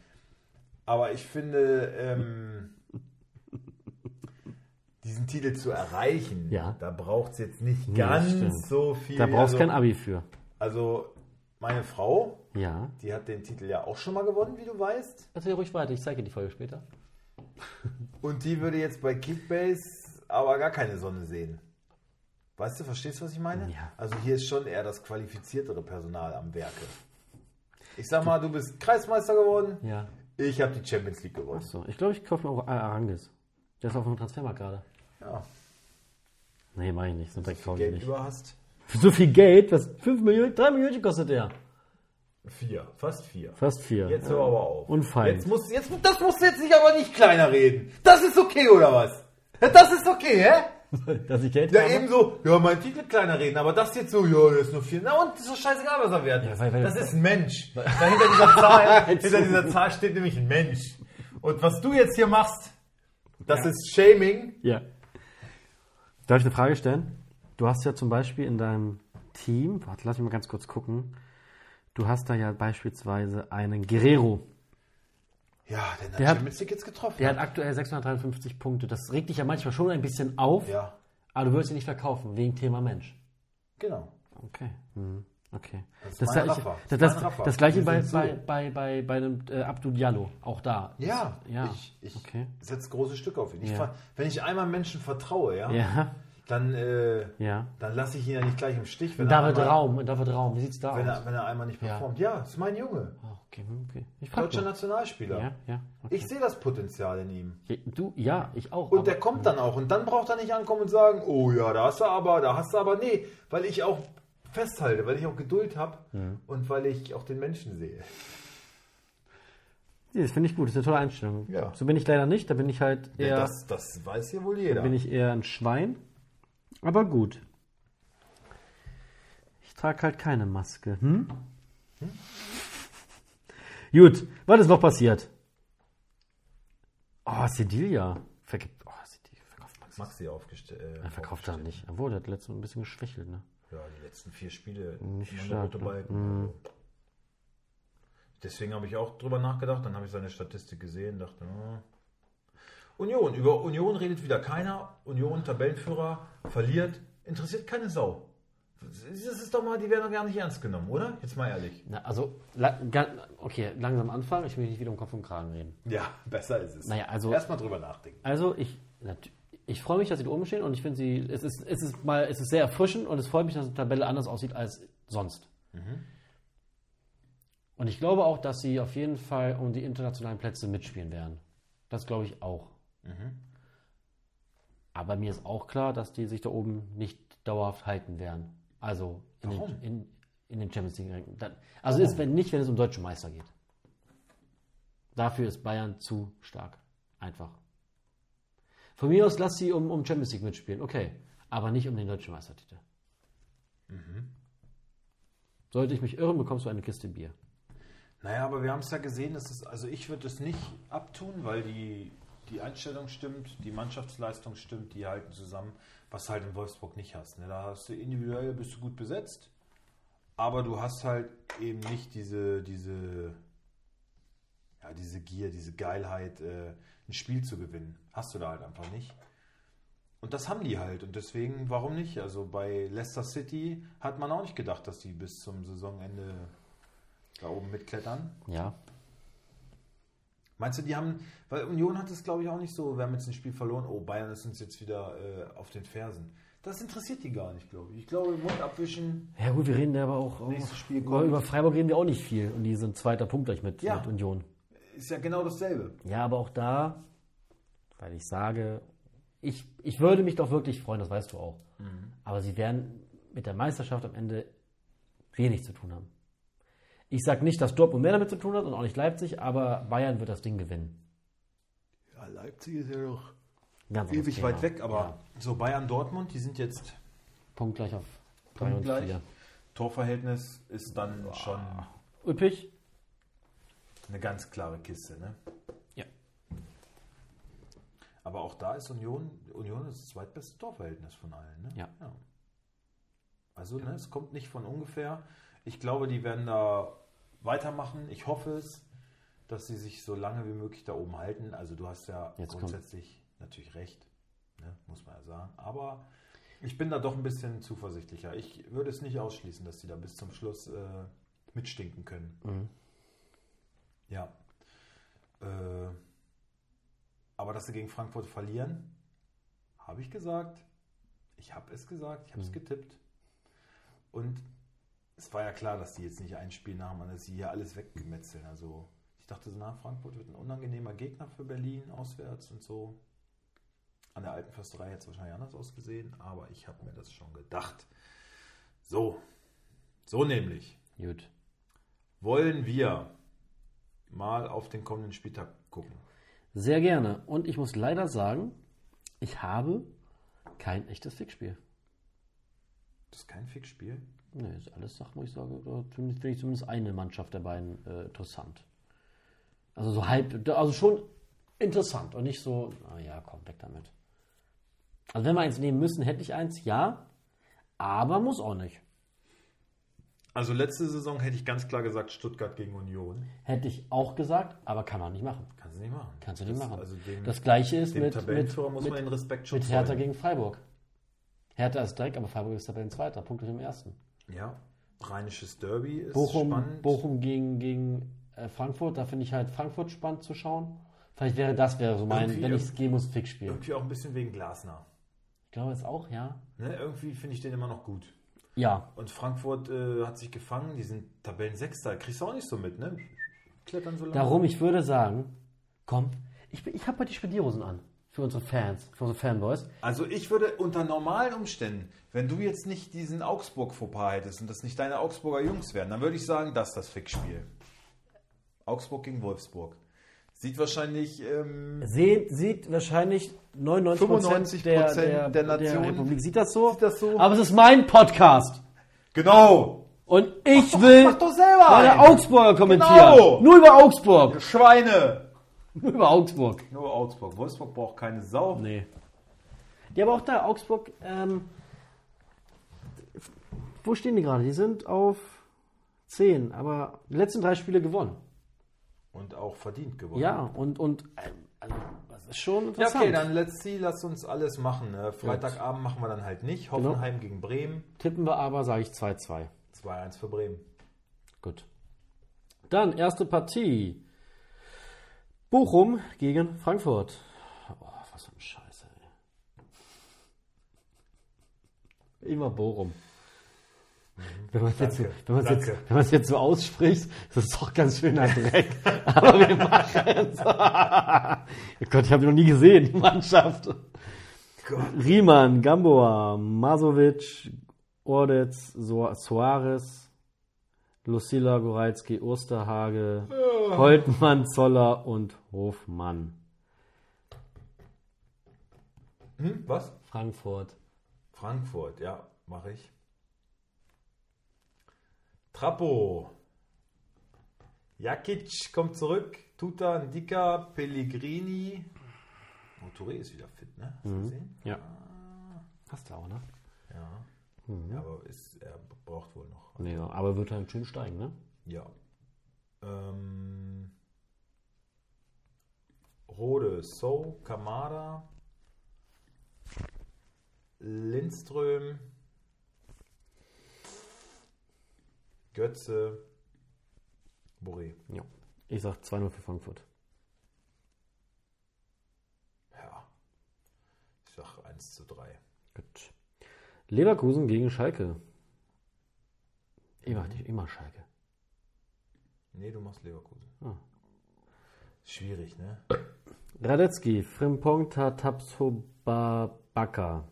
Aber ich finde, ähm, diesen Titel zu erreichen,
Ja.
da braucht es jetzt nicht
das
ganz
stimmt.
so viel.
da brauchst
also,
du kein Abi für.
Also, meine Frau,
Ja.
die hat den Titel ja auch schon mal gewonnen, wie du weißt.
Erzähl ruhig weiter, ich zeige dir die Folge später.
Und die würde jetzt bei Kickbase aber gar keine Sonne sehen. Weißt du, verstehst du, was ich meine?
Ja.
Also hier ist schon eher das qualifiziertere Personal am Werke. Ich sag mal, du bist Kreismeister geworden,
Ja.
ich habe die Champions League gewonnen.
So, ich glaube, ich kaufe mir auch Ar- Arangis. Der ist auf dem Transfermarkt gerade.
Ja,
Nee, mach ich nicht, so direkt kaufe ich
Geld
nicht.
über hast.
Für so viel Geld, was 5 Millionen, 3 Millionen kostet der.
Vier, fast vier.
Fast 4.
Jetzt hör aber auf.
Und fein.
Jetzt muss, jetzt, das musst du jetzt nicht aber nicht kleiner reden. Das ist okay, oder was? Ja, Das ist okay, hä?
Dass ich Geld
Ja,
habe?
ebenso, ja, mein Titel kleiner reden, aber das jetzt so, ja, das ist nur vier. Na und, das ist doch scheißegal, was er wert ist.
Ja, weil- weil-
das ist ein Mensch. Dahinter dieser, Zahl, hinter dieser Zahl steht nämlich ein Mensch. Und was du jetzt hier machst, das ist Shaming.
Ja. Darf ich eine Frage stellen? Du hast ja zum Beispiel in deinem Team, warte, lass mich mal ganz kurz gucken. Du hast da ja beispielsweise einen Guerrero.
Ja, denn
Der
der
hat-
hat Champions League jetzt getroffen.
Der hat aktuell 653 Punkte. Das regt dich ja manchmal schon ein bisschen auf,
Ja,
aber du würdest ihn nicht verkaufen, wegen Thema Mensch.
genau.
Okay. Mhm. Okay.
ist mein
gleiche-
Rapper.
das,
Das
das,
ist mein Rapper.
das gleiche
Wir
bei,
sind so.
bei, bei, bei, bei einem äh, Abdul Diallo, auch da.
Ja,
Das- ja.
ich, ich
okay.
setze große Stücke auf ihn. Ich
Ja.
ver- Wenn ich einmal Menschen vertraue, ja,
Ja,
dann, äh,
ja.
dann lasse ich ihn ja nicht gleich im Stich. Wenn
David
er einmal,
Raum, David Raum, wie sieht's da
wenn
aus?
er, wenn er einmal nicht performt. Ja, ist mein Junge.
Ah, Okay, okay. Ich frag
Deutscher
nur.
Nationalspieler.
Ja, ja. Okay.
Ich sehe das Potenzial in ihm.
Ja, Du, ja, ich auch.
Und
aber-
der kommt dann auch. Und dann braucht er nicht ankommen und sagen, oh ja, da hast du aber, da hast du aber. Nee, weil ich auch festhalte, weil ich auch Geduld habe und weil ich auch den Menschen sehe.
Nee, das finde ich gut, das ist eine tolle Einstellung.
Ja.
So bin ich leider nicht, da bin ich halt eher,
Das, das weiß hier wohl jeder.
bin ich eher ein Schwein. Aber gut. Ich trage halt keine Maske. Hm? Gut, was ist noch passiert? Oh, Sedilia. Vergibt. Oh, Sedilia verkauft Max.
Maxi äh, aufgestellt.
Er verkauft er nicht. Er wurde hat letztens ein bisschen geschwächelt, ne?
Ja, die letzten vier Spiele.
Nicht
immer
stark,
rote
ne?
Balken. Deswegen habe ich auch drüber nachgedacht. Dann habe ich seine Statistik gesehen. Dachte, ah. Union. Über Union redet wieder keiner. Union Tabellenführer verliert. Interessiert keine Sau. Das ist doch mal, die werden doch gar nicht ernst genommen, oder? Jetzt mal ehrlich.
Na, also, la, ga- okay, langsam anfangen. Ich will nicht wieder um Kopf und Kragen reden.
Ja, besser ist es.
Naja, also-
Erstmal drüber nachdenken.
Also ich, nat- ich freue mich, dass sie da oben stehen und ich finde sie, es ist, es ist mal, es ist sehr erfrischend und es freut mich, dass die Tabelle anders aussieht als sonst. Und ich glaube auch, dass sie auf jeden Fall um die internationalen Plätze mitspielen werden. Das glaube ich auch. Aber mir ist auch klar, dass die sich da oben nicht dauerhaft halten werden. Also in, den, in, in den Champions League Rängen. Dann- Also ist wenn nicht, wenn es um deutsche Meister geht. Dafür ist Bayern zu stark. Einfach. Von mir aus lass sie um, um Champions League mitspielen, okay. Aber nicht um den deutschen Meistertitel.
Mhm.
Sollte ich mich irren, bekommst du eine Kiste Bier.
Naja, aber wir haben es ja gesehen, das ist, also ich würde es nicht abtun, weil die, die Einstellung stimmt, die Mannschaftsleistung stimmt, die halten zusammen, was du halt in Wolfsburg nicht hast. Ne? Da hast du individuell bist du gut besetzt, aber du hast halt eben nicht diese, diese, ja, diese Gier, diese Geilheit, äh, ein Spiel zu gewinnen. Hast du da halt einfach nicht. Und das haben die halt und deswegen, warum nicht? Also bei Leicester City hat man auch nicht gedacht, dass die bis zum Saisonende da oben mitklettern.
Ja.
Meinst du, die haben, weil Union hat es glaube ich auch nicht so, wir haben jetzt ein Spiel verloren, oh Bayern ist uns jetzt wieder äh, auf den Fersen. Das interessiert die gar nicht, glaube ich. Ich glaube, Mund abwischen,
Ja gut, wir reden da aber auch
Nächstes Spiel
über,
kommt.
über Freiburg reden wir auch nicht viel und die sind zweiter Punkt gleich mit,
Ja.
mit Union.
ist ja genau dasselbe.
Ja, aber auch da, weil ich sage, ich, ich würde mich doch wirklich freuen, das weißt du auch.
Mhm.
Aber sie werden mit der Meisterschaft am Ende wenig zu tun haben. Ich sage nicht, dass Dortmund mehr damit zu tun hat und auch nicht Leipzig, aber Bayern wird das Ding gewinnen.
Ja, Leipzig ist ja doch
Ganz anderes
ewig
Thema.
weit weg, aber
Ja.
so Bayern-Dortmund, die sind jetzt,
Punkt gleich auf drei und
Punkt gleich.
vier.
Torverhältnis ist dann schon
Üppig?
eine ganz klare Kiste, ne?
Ja.
Aber auch da ist Union, Union ist das zweitbeste Torverhältnis von allen. Ne?
Ja.
Also, ne, es kommt nicht von ungefähr. Ich glaube, die werden da weitermachen. Ich hoffe es, dass sie sich so lange wie möglich da oben halten. Also, du hast ja
Jetzt kommt-
grundsätzlich natürlich recht, ne? muss man ja sagen. Aber ich bin da doch ein bisschen zuversichtlicher. Ich würde es nicht ausschließen, dass die da bis zum Schluss äh, mitstinken können. Ja. Äh, aber dass sie gegen Frankfurt verlieren, habe ich gesagt. Ich habe es gesagt, ich habe es getippt. Und es war ja klar, dass die jetzt nicht ein Spiel nach dem anderen, dass sie hier alles weggemetzeln. Also ich dachte so, na, Frankfurt wird ein unangenehmer Gegner für Berlin auswärts und so. An der alten Försterei hätte es wahrscheinlich anders ausgesehen, aber ich habe mir das schon gedacht. So, so nämlich
Gut.
wollen wir mal auf den kommenden Spieltag gucken.
Sehr gerne. Und ich muss leider sagen, ich habe kein echtes Fickspiel.
Das ist kein Fixspiel.
Nee, ist alles Sachen, wo ich sage, da zumindest- finde ich zumindest eine Mannschaft der beiden äh, interessant. Also so halb, da- also schon interessant und nicht so, ah ja, komm, weg damit. Also wenn wir eins nehmen müssen, hätte ich eins, ja, aber muss auch nicht.
Also letzte Saison hätte ich ganz klar gesagt, Stuttgart gegen Union.
Hätte ich auch gesagt, aber kann man nicht machen.
Kannst du nicht machen.
Kannst du nicht
das,
machen.
Also dem,
das gleiche ist
dem
mit, mit,
Tabellenführer muss
mit,
man den Respekt schon
mit Hertha
zollen.
gegen Freiburg. Hertha ist Dreck, aber Freiburg ist Tabellenzweiter, punktlich im ersten.
Ja, rheinisches Derby ist
Bochum,
spannend.
Bochum gegen, gegen äh, Frankfurt, da finde ich halt Frankfurt spannend zu schauen. Vielleicht wäre das wäre so mein,
Irgendwie,
wenn
ja.
ich es gehen muss, Fick spielen.
Irgendwie auch ein bisschen wegen Glasner.
Ich glaube jetzt auch, ja.
Ne? Irgendwie finde ich den immer noch gut.
Ja,
Und Frankfurt äh, hat sich gefangen, die sind Tabellensechster. Kriegst du auch nicht so mit, ne? Klettern so lange.
darum, ich würde sagen, komm, ich, bin- ich habe heute die Spendierhosen an. Für unsere Fans, für unsere Fanboys.
Also ich würde unter normalen Umständen, wenn du jetzt nicht diesen Augsburg-Fauxpas hättest und das nicht deine Augsburger Jungs wären, dann würde ich sagen, das ist das Fickspiel. Augsburg gegen Wolfsburg. Sieht wahrscheinlich ähm,
Seht, sieht wahrscheinlich 99
95%
der,
der
der, der
Nation
Republik. Sieht das so?
sieht das so.
Aber es ist mein Podcast.
genau
Und ich will
mach doch selber
meine
einen.
Augsburger kommentieren.
Genau.
Nur über Augsburg.
Schweine!
Nur über Augsburg.
nur Augsburg. Wolfsburg braucht keine Sau.
Nee. Ja, aber auch da, Augsburg, ähm, wo stehen die gerade? Die sind auf 10, aber die letzten drei Spiele gewonnen.
Und auch verdient gewonnen.
Ja, und, und ähm, also, das ist schon
Ja,
interessant.
okay, dann let's see, lass uns alles machen. Ne? Freitagabend machen wir dann halt nicht.
Genau.
Hoffenheim gegen Bremen.
Tippen wir aber, sage ich 2-2.
2-1 für Bremen.
Gut. Dann erste Partie. Bochum gegen Frankfurt. Oh, was für ein Scheiße, ey. Immer Bochum. Wenn man es jetzt, so-
Danke,
wenn man's jetzt,
danke.
wenn man's jetzt so ausspricht, das ist doch ganz schöner Dreck. Aber wir machen es. oh Gott, ich habe die noch nie gesehen, die Mannschaft. Riemann, Gamboa, Masovic, Ordetz, Soa- Soares, Lucilla Goreizki, Osterhage, Holtmann, Zoller und Hofmann.
Hm? Was?
Frankfurt.
Frankfurt, ja, mache ich. Trappo. Jakic kommt zurück. Tuta, Ndika, Pellegrini. Oh, Touré ist wieder fit, ne? Hast du gesehen?
Ja. Hast du auch, ne?
Ja. ja aber ist, er braucht wohl noch.
Nee, ja, aber wird halt schön steigen, ne?
Ja. Ähm, Rode, So, Kamada, Lindström, Götze, Boré.
Ja. Ich sag 2-0 für Frankfurt.
Ja. Ich sag 1 zu 3.
Gut. Leverkusen gegen Schalke. Immer, immer Schalke.
Nee, du machst Leverkusen.
Ah.
Schwierig, ne?
Radetzky, Frimpong, Tatapsoba, Baka,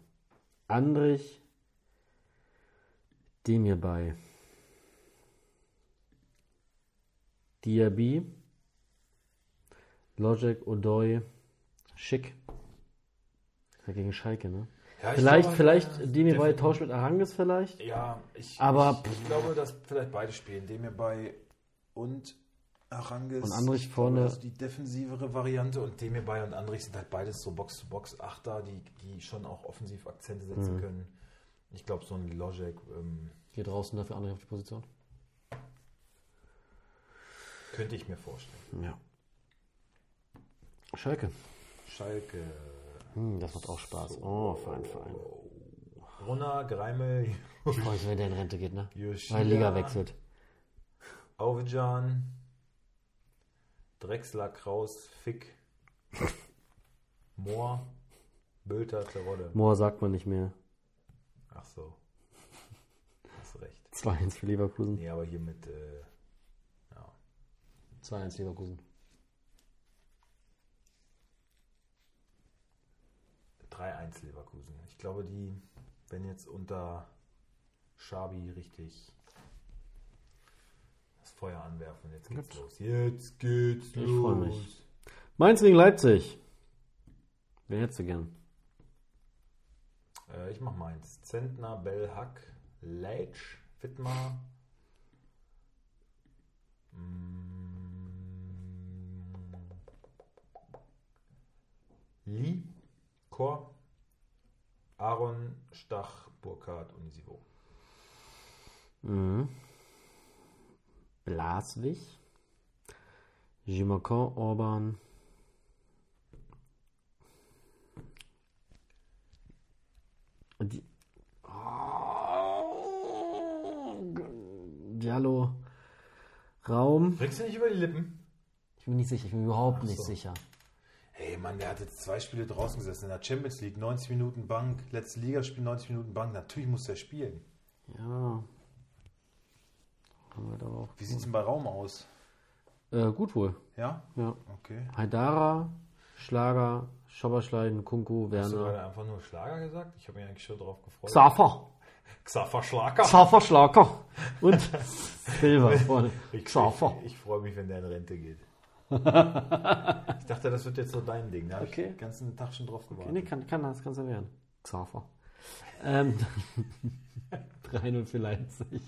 Andrich, Demirbay, Diaby, Logic, Odoi, Schick. Ist ja gegen Schalke, ne?
Ja, ich
vielleicht,
glaube,
vielleicht
ja,
Demirbay
definitiv.
tauscht mit Arangis vielleicht?
Ja, ich,
Aber-
ich, ich glaube, dass vielleicht beide spielen. Dem bei und Aranges.
Und Andrich
ich glaube,
vorne.
das ist die defensivere Variante und dem bei und Andrich sind halt beides so Box-to-Box-Achter, die, die schon auch offensiv Akzente setzen
Mhm.
können. Ich glaube, so ein Logic ähm,
Hier draußen dafür Andrich auf die Position.
könnte ich mir vorstellen.
Ja. Schalke.
Schalke,
Hm, das macht auch Spaß. Oh, Verein, Verein.
Brunner, Greimel,
Ich freue mich, wenn der in Rente geht, ne?
Yoshida,
Weil Liga wechselt.
Auvejan, Drexler, Kraus, Fick, Mohr, Bülter, Terodde.
Moa sagt man nicht mehr.
Ach so. Hast recht.
2-1 für Leverkusen.
Nee, aber hier mit. Äh, ja.
2-1 Leverkusen.
3-1 Leverkusen. Ich glaube, die, wenn jetzt unter Schabi richtig das Feuer anwerfen, jetzt geht's los. Jetzt geht's los.
freu mich. Mainz gegen Leipzig. Wer hättest du gern?
Äh, ich mach meins. Zentner, Bell, Hack, Leitsch, Wittmar. Mm. Lee, Kor, Aaron, Stach, Burkhardt und Sivo.
Mhm. Blaswig. Gimacon, Orban. Und Die. Oh. Diallo. Raum.
Kriegst du nicht über die Lippen?
Ich bin nicht sicher, ich bin überhaupt nicht sicher.
Hey Mann, der hat jetzt zwei Spiele draußen gesessen. In der Champions League 90 Minuten Bank, letzte Ligaspiel 90 Minuten Bank. Natürlich muss er spielen.
Ja. Haben wir da auch.
Wie sieht's denn bei Raum aus?
Äh, gut wohl.
Ja?
Ja.
Okay.
Haidara, Schlager, Schobberschleiden, Kunku,
Hast du
Werner.
gerade einfach nur Schlager gesagt? Ich habe mich eigentlich schon drauf gefreut.
Xaver.
Xaver Schlager.
Xaver Schlager. Und Silber vorne.
Ich,
Xaver.
ich, ich freue mich, wenn der in Rente geht. ich dachte, das wird jetzt so dein Ding. Da habe
Okay.
ich den ganzen Tag schon drauf gewartet.
Nee, kann, kann das, kannst du werden. Xaver. Ähm, 3-0 für Leipzig.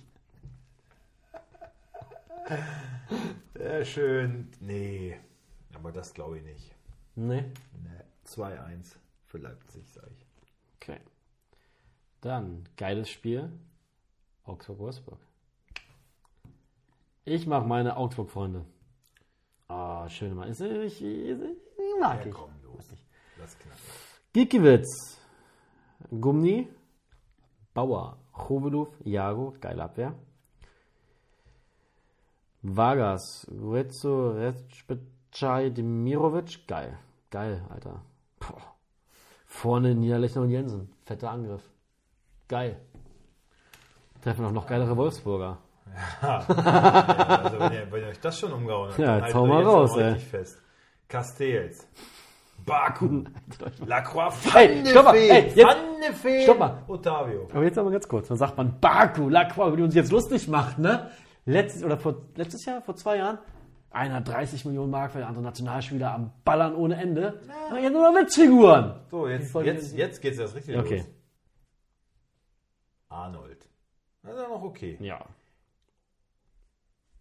Sehr schön. Nee, aber das glaube ich nicht.
Nee.
Nee. 2-1 für Leipzig, sage ich.
Okay. Dann, geiles Spiel. Augsburg-Wolfsburg. Ich mache meine Augsburg-Freunde. Ah, schön mal. Ist, ich, ist, mag ich.
Komm, los. Lass knacken.
Gikiewicz, Gumni, Bauer, Chovelov, Jago, geile Abwehr. Vargas, Gurezo, Respecai, Demirovic, geil. Geil, Alter. Boah. Vorne Niederlechner und Jensen, fetter Angriff. Geil. Treffen auch noch geilere Wolfsburger.
Also, wenn ihr, wenn ihr euch das schon umgehauen habt,
Ja,
dann
jetzt
haltet
hau
euch
mal
jetzt auch
raus, ey.
richtig fest. Castells, Baku, Lacroix,
Ey, stopp mal, ey,
Pfannefee,
jetzt-
Pfannefee,
stopp mal.
Ottavio.
Aber jetzt aber ganz kurz. Dann sagt man Baku, Lacroix, über die uns jetzt lustig macht, ne? Letztes, oder vor, letztes Jahr, vor zwei Jahren, einer hat 30 Millionen Mark für den anderen Nationalspieler am Ballern ohne Ende. Aber jetzt nur noch Witzfiguren.
So, jetzt,
Voll-
jetzt, jetzt geht's erst richtig
Okay.
los. Arnold. Das ist ja noch okay.
Ja.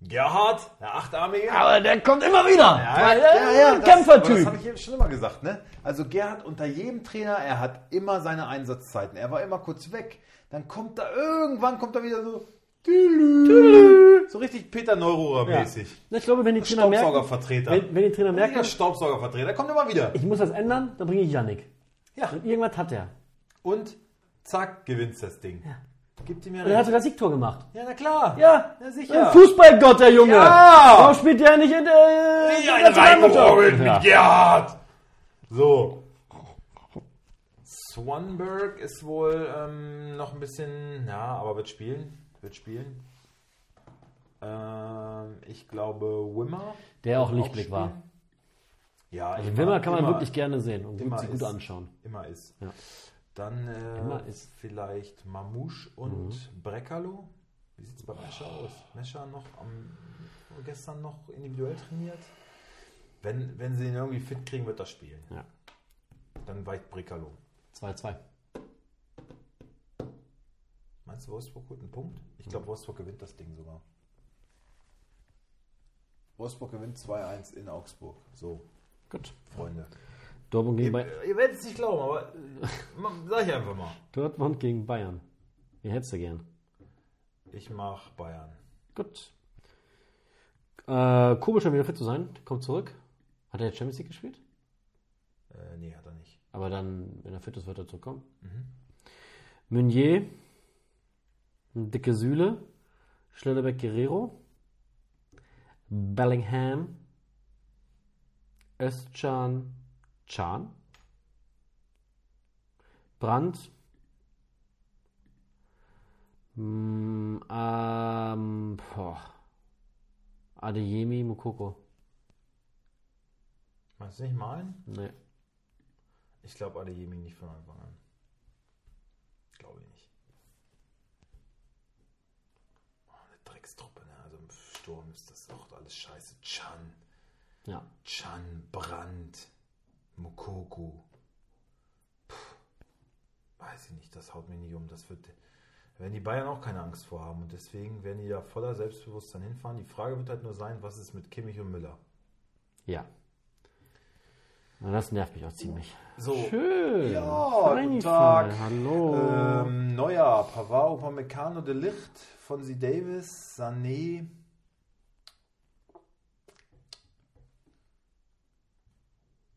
Gerhard, der Achtarmige.
Aber der kommt immer wieder.
Ja, ja,
Weil, äh,
das- aber Das
Kämpfertyp.
habe ich eben schon immer gesagt, ne? Also Gerhard unter jedem Trainer, er hat immer seine Einsatzzeiten. Er war immer kurz weg. Dann kommt da irgendwann kommt da wieder so Tülü.
So richtig Peter Neururer-mäßig.
Na, ich glaube, wenn die Trainer merken,
Staubsaugervertreter.
wenn, wenn die Trainer
Merker
merken,
Staubsaugervertreter, der kommt immer wieder.
ich muss das ändern, dann bringe ich Yannick.
Ja.
Und irgendwas hat er.
Und zack, gewinnt das Ding. Gibt ihm ja
Und er hat
recht.
sogar Siegtor gemacht.
Ja, na klar.
Ja,
na sicher.
Fußballgott, der Junge.
Ja.
Warum spielt der nicht in der
Ja, eine reingeholt mit Gerhard. So. Swanberg ist wohl ähm, noch ein bisschen, ja, aber wird spielen. Wird spielen. Ähm, ich glaube, Wimmer.
Der auch
wird
Lichtblick
spielen.
war.
Ja,
Also
immer-
Wimmer kann man
immer-
wirklich gerne sehen und
immer
gut, sich gut
ist-
anschauen.
Immer ist.
Ja.
Dann äh,
Immer ist. Mhm.
vielleicht Mamouche und Brekalo. Wie sieht es bei Mescher aus? Mescher noch am, gestern noch individuell trainiert. Wenn, wenn sie ihn irgendwie fit kriegen, wird das spielen.
Ja.
Dann weicht Brekalo.
2-2.
Meinst du, Wolfsburg holt einen Punkt? Ich
Mhm.
glaube, Wolfsburg gewinnt das Ding sogar.
Wolfsburg gewinnt 2-1 in Augsburg.
So,
Gut.
Freunde.
Dortmund gegen, Bay
Ihr, ihr werdet es nicht glauben, aber äh, ma- sag ich einfach mal.
Dortmund gegen Bayern. Wie hättest du gern?
Ich mach Bayern.
Gut. Äh, Kobel scheint wieder fit zu sein. Kommt zurück. Hat er jetzt Champions League gespielt?
Äh, nee, hat er nicht.
Aber dann, wenn er fit ist, wird er zurückkommen. Meunier. Dicke Sühle. Schlotterbeck Guerrero. Bellingham. Özcan. Can. Brandt. Mm, ähm, boah. Adeyemi Mukoko.
Meinst du nicht malen?
Nee.
Ich glaube, Adeyemi nicht von Anfang an. Glaube ich nicht. Oh, eine Dreckstruppe, ne? Also im Sturm ist das auch alles scheiße. Chan,
Ja.
Chan, Brand, Mukoku. Puh, weiß ich nicht, das haut mich nicht um. Das wird. Da werden die Bayern auch keine Angst vor haben und deswegen werden die da voller Selbstbewusstsein hinfahren. Die Frage wird halt nur sein, was ist mit Kimmich und Müller?
Ja. Na, das nervt mich auch ziemlich.
So,
Schön.
Ja,
Feini
guten Tag.
Fein. Hallo.
Ähm, Neuer, Pavard, Upamecano, De Licht, Fonsi Davis, Sané.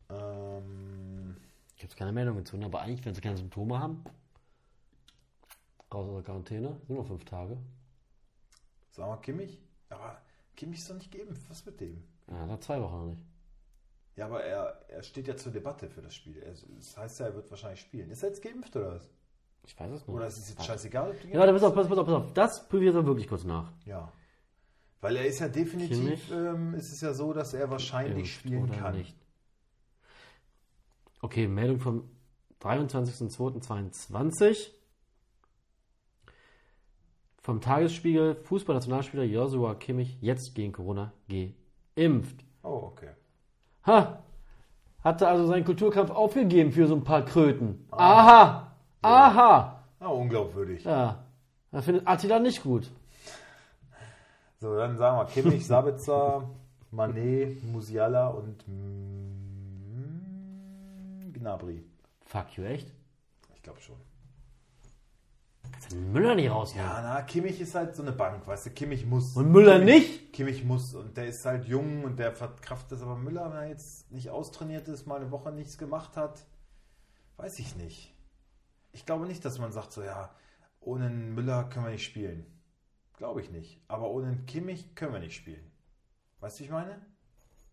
Ähm,
Ich habe keine Meldung gezogen, aber eigentlich, wenn sie keine Symptome haben, raus aus der Quarantäne, sind noch fünf Tage.
sag mal, Kimmich? Aber Kimmich ist doch nicht geimpft. Was mit dem?
Ja, da zwei Wochen noch nicht.
Ja, aber er, er steht ja zur Debatte für das Spiel. Er, das heißt ja, er wird wahrscheinlich spielen. Ist er jetzt geimpft oder was?
Ich weiß es nicht.
Oder ist es jetzt scheißegal? Ob du
Hm. ja, warte, pass auf, pass auf, pass auf. Das prüfen wir wirklich kurz nach.
Ja. Weil er ist ja definitiv,
Kimmich?
ähm, ist es ist ja so, dass er wahrscheinlich spielen
Geimpft
kann.
Okay, Meldung vom 23.02.22. Vom Tagesspiegel, Fußballnationalspieler Joshua Kimmich, jetzt gegen Corona geimpft.
Oh, okay.
Ha! Hatte also seinen Kulturkampf aufgegeben für so ein paar Kröten. Aha! Aha!
Ah, unglaubwürdig.
Ja. Da findet Attila nicht gut.
So, dann sagen wir Kimmich, Sabitzer, Manet, Musiala und mm, Gnabry.
Fuck you, echt?
Ich glaube schon.
kannst den Müller nicht rausnehmen.
Ja, Ah, na, Kimmich ist halt so eine Bank, weißt du, Kimmich muss.
Und Müller nicht?
Kimmich muss und der ist halt jung und der verkraft das, aber Müller, wenn er jetzt nicht austrainiert ist, mal eine Woche nichts gemacht hat, weiß ich nicht. Ich glaube nicht, dass man sagt so, ja, ohne einen Müller können wir nicht spielen. Glaube ich nicht. Aber ohne einen Kimmich können wir nicht spielen. Weißt du, wie ich meine?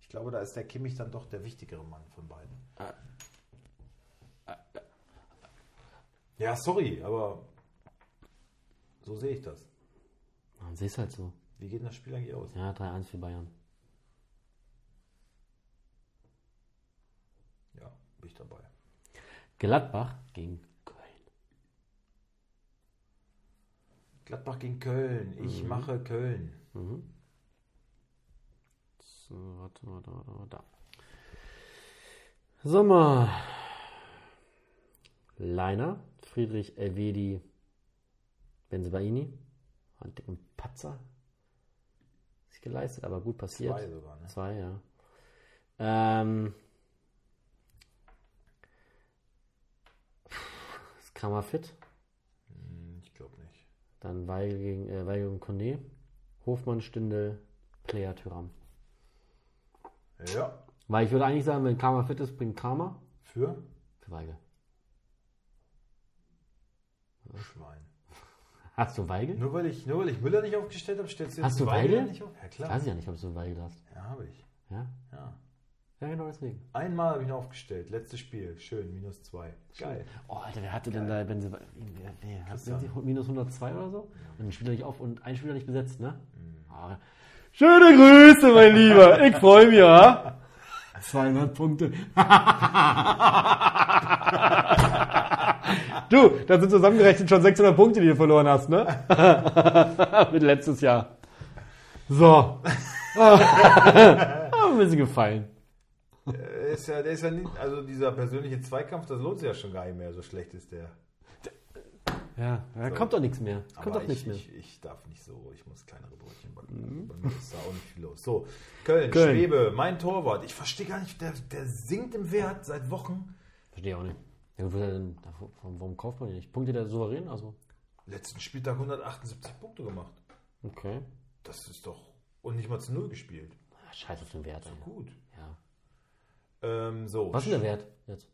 Ich glaube, da ist der Kimmich dann doch der wichtigere Mann von beiden. Ja, sorry, aber so sehe ich das.
Dann siehst halt so.
Wie geht denn das Spiel eigentlich aus?
Ja, 3-1 für Bayern.
Ja, bin ich dabei.
Gladbach gegen Köln.
Gladbach gegen Köln. Ich
Mhm.
mache Köln.
So, warte, warte, warte, warte. Da. Sommer. Leiner, Friedrich Elvedi, Benzebaini. Einen dicken Patzer. Sich geleistet, aber gut passiert.
Zwei sogar, ne?
Zwei, ja. Ähm. Pff, Ist Kramer fit?
Hm, Ich glaube nicht.
Dann Weigel gegen äh, Weigel und Kone. Hofmann, Stindel, Player, Tyram.
Ja,
Weil ich würde eigentlich sagen, wenn Kramer fit ist, bringt Kramer
für
für Weigel.
Schwein.
Hast du Weigel?
Nur weil ich, nur weil ich Müller nicht aufgestellt habe, stellst du
Hast du Weigel?
nicht auf? Ja, klar.
Weiß ich ja nicht, ob du Weigel hast.
Ja, habe ich.
Ja?
Ja.
Ja, genau deswegen.
Einmal habe ich ihn aufgestellt. Letztes Spiel. Schön, minus zwei. Geil.
Oh, Alter, wer hatte denn da, wenn sie, nee, hat sie minus 102 oder so? Und ein Spieler nicht auf und ein Spieler nicht besetzt, ne?
Mhm.
Ah. Schöne Grüße, mein Lieber. Ich freue mich, ja? 200 Punkte. Du, das sind zusammengerechnet schon 600 Punkte, die du verloren hast, ne? Mit letztes Jahr. So. Haben wir sie gefallen.
Der Äh, Ist ja, der ist ja nicht, also dieser persönliche Zweikampf, das lohnt sich ja schon gar nicht mehr. So schlecht ist der.
Ja, da kommt doch nichts mehr. Es kommt
Aber
doch
ich,
nichts mehr. Mhm.
Ich, ich darf nicht so, ich muss kleinere Brötchen backen. Bei mir ist da auch nicht viel los. So, Köln,
Köln.
Schwebe, mein Torwart. Ich verstehe gar nicht, der, der sinkt im Wert seit Wochen.
Verstehe auch nicht. Ja, gut, was hat er denn- warum, warum kauft man den nicht? Punkte der souverän? Also,
Letzten Spieltag 178 Punkte gemacht.
okay.
Das ist doch. Und nicht mal zu Null gespielt.
Ah, Scheiß auf den Wert. Ey.
Gut.
Ja.
Ähm, so.
Was ist denn der Wert jetzt?